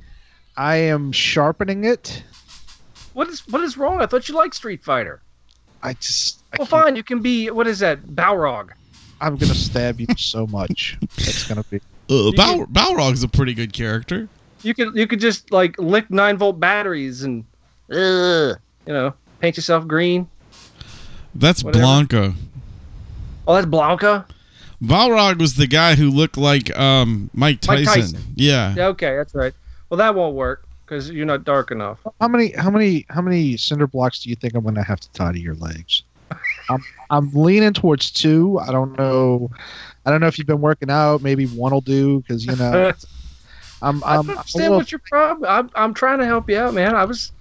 Speaker 3: I am sharpening it.
Speaker 4: What is what is wrong? I thought you liked Street Fighter.
Speaker 3: I just I
Speaker 4: Well,
Speaker 3: can't-
Speaker 4: fine, you can be what is that? Balrog.
Speaker 3: I'm gonna stab you so much. It's gonna be
Speaker 2: Uh, Bal-
Speaker 4: can-
Speaker 2: Balrog's a pretty good character.
Speaker 4: You could you could just like lick nine volt batteries and ugh, you know paint yourself green.
Speaker 2: That's
Speaker 4: Whatever.
Speaker 2: Blanco.
Speaker 4: Oh, that's Blanca.
Speaker 2: Balrog was the guy who looked like um, Mike
Speaker 4: Mike
Speaker 2: Tyson.
Speaker 4: Tyson.
Speaker 2: Yeah.
Speaker 4: Yeah, okay, that's right. Well, that won't work because you're not dark enough.
Speaker 3: how many how many how many cinder blocks do you think I'm gonna have to tie to your legs? I'm I'm leaning towards two. I don't know. I don't know if you've been working out. Maybe one will do because you know. I'm,
Speaker 4: I
Speaker 3: I'm,
Speaker 4: don't
Speaker 3: I'm a
Speaker 4: understand
Speaker 3: little-
Speaker 4: what your problem. I'm I'm trying to help you out, man. I was,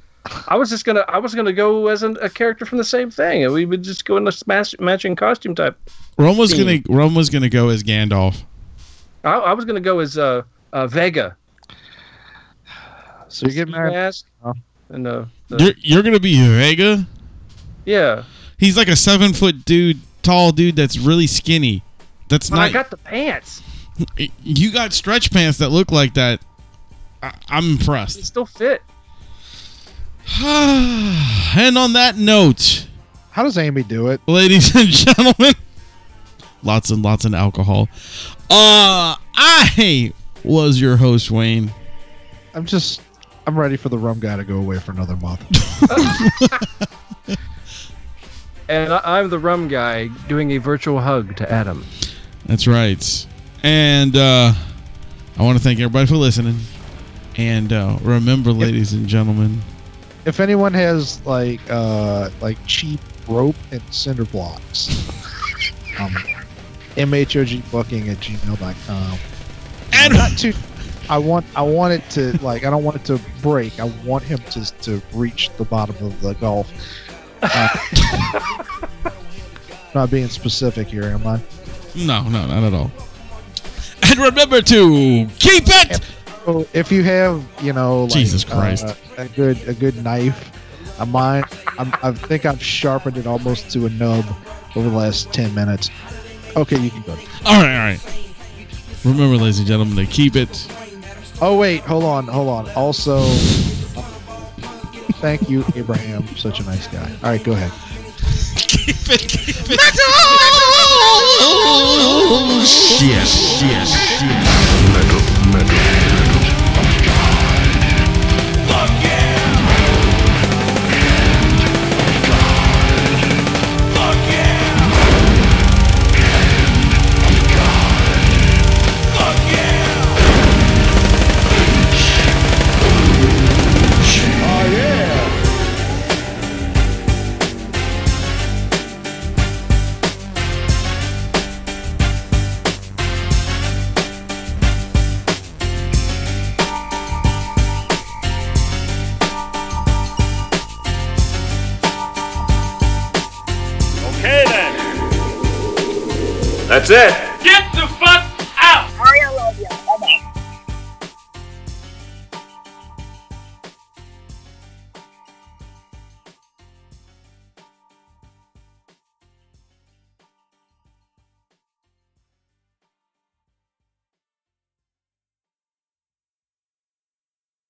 Speaker 4: I was just gonna I was gonna go as an, a character from the same thing, and we would just go in a smash, matching costume type.
Speaker 2: Rome was gonna Rome was gonna go as Gandalf.
Speaker 4: I, I was gonna go as uh, uh Vega.
Speaker 3: So you get
Speaker 4: ski
Speaker 3: married?
Speaker 4: mask
Speaker 3: Oh.
Speaker 4: and uh, the-
Speaker 2: You're you're gonna be Vega.
Speaker 4: yeah.
Speaker 2: He's like a seven foot dude, tall dude that's really skinny. That's
Speaker 5: But
Speaker 2: not.
Speaker 5: I got the pants.
Speaker 2: you got stretch pants that look like that. I, I'm
Speaker 5: They
Speaker 2: impressed.
Speaker 5: still fit.
Speaker 2: and on that note,
Speaker 3: How does Amy do it?
Speaker 2: ladies and gentlemen, lots and lots of alcohol. Uh, I was your host, Wayne.
Speaker 3: I'm just, I'm ready for the rum guy to go away for another month.
Speaker 4: And I, I'm the rum guy doing a virtual hug to Adam.
Speaker 2: That's right. And uh, I want to thank everybody for listening. And uh, remember, ladies and gentlemen,
Speaker 3: if anyone has like, uh, like cheap rope and cinder blocks, um, mhogbooking at gmail.com.
Speaker 2: and
Speaker 3: not too. I want I want it to like I don't want it to break. I want him to to reach the bottom of the gulf. Uh, not being specific here, am I?
Speaker 2: no, no, not at all. And remember to keep it.
Speaker 3: So if you have you know like,
Speaker 2: Jesus Christ.
Speaker 3: uh, a good a good knife, a mine I'm, I think I've sharpened it almost to a nub over the last ten minutes. Okay, you can go.
Speaker 2: All right, all right. Remember, ladies and gentlemen, to keep it.
Speaker 3: Oh wait, hold on, hold on. Also, thank you, Abraham. Such a nice guy. All right, go ahead.
Speaker 6: Okay then.
Speaker 7: That's it.
Speaker 6: Get the fuck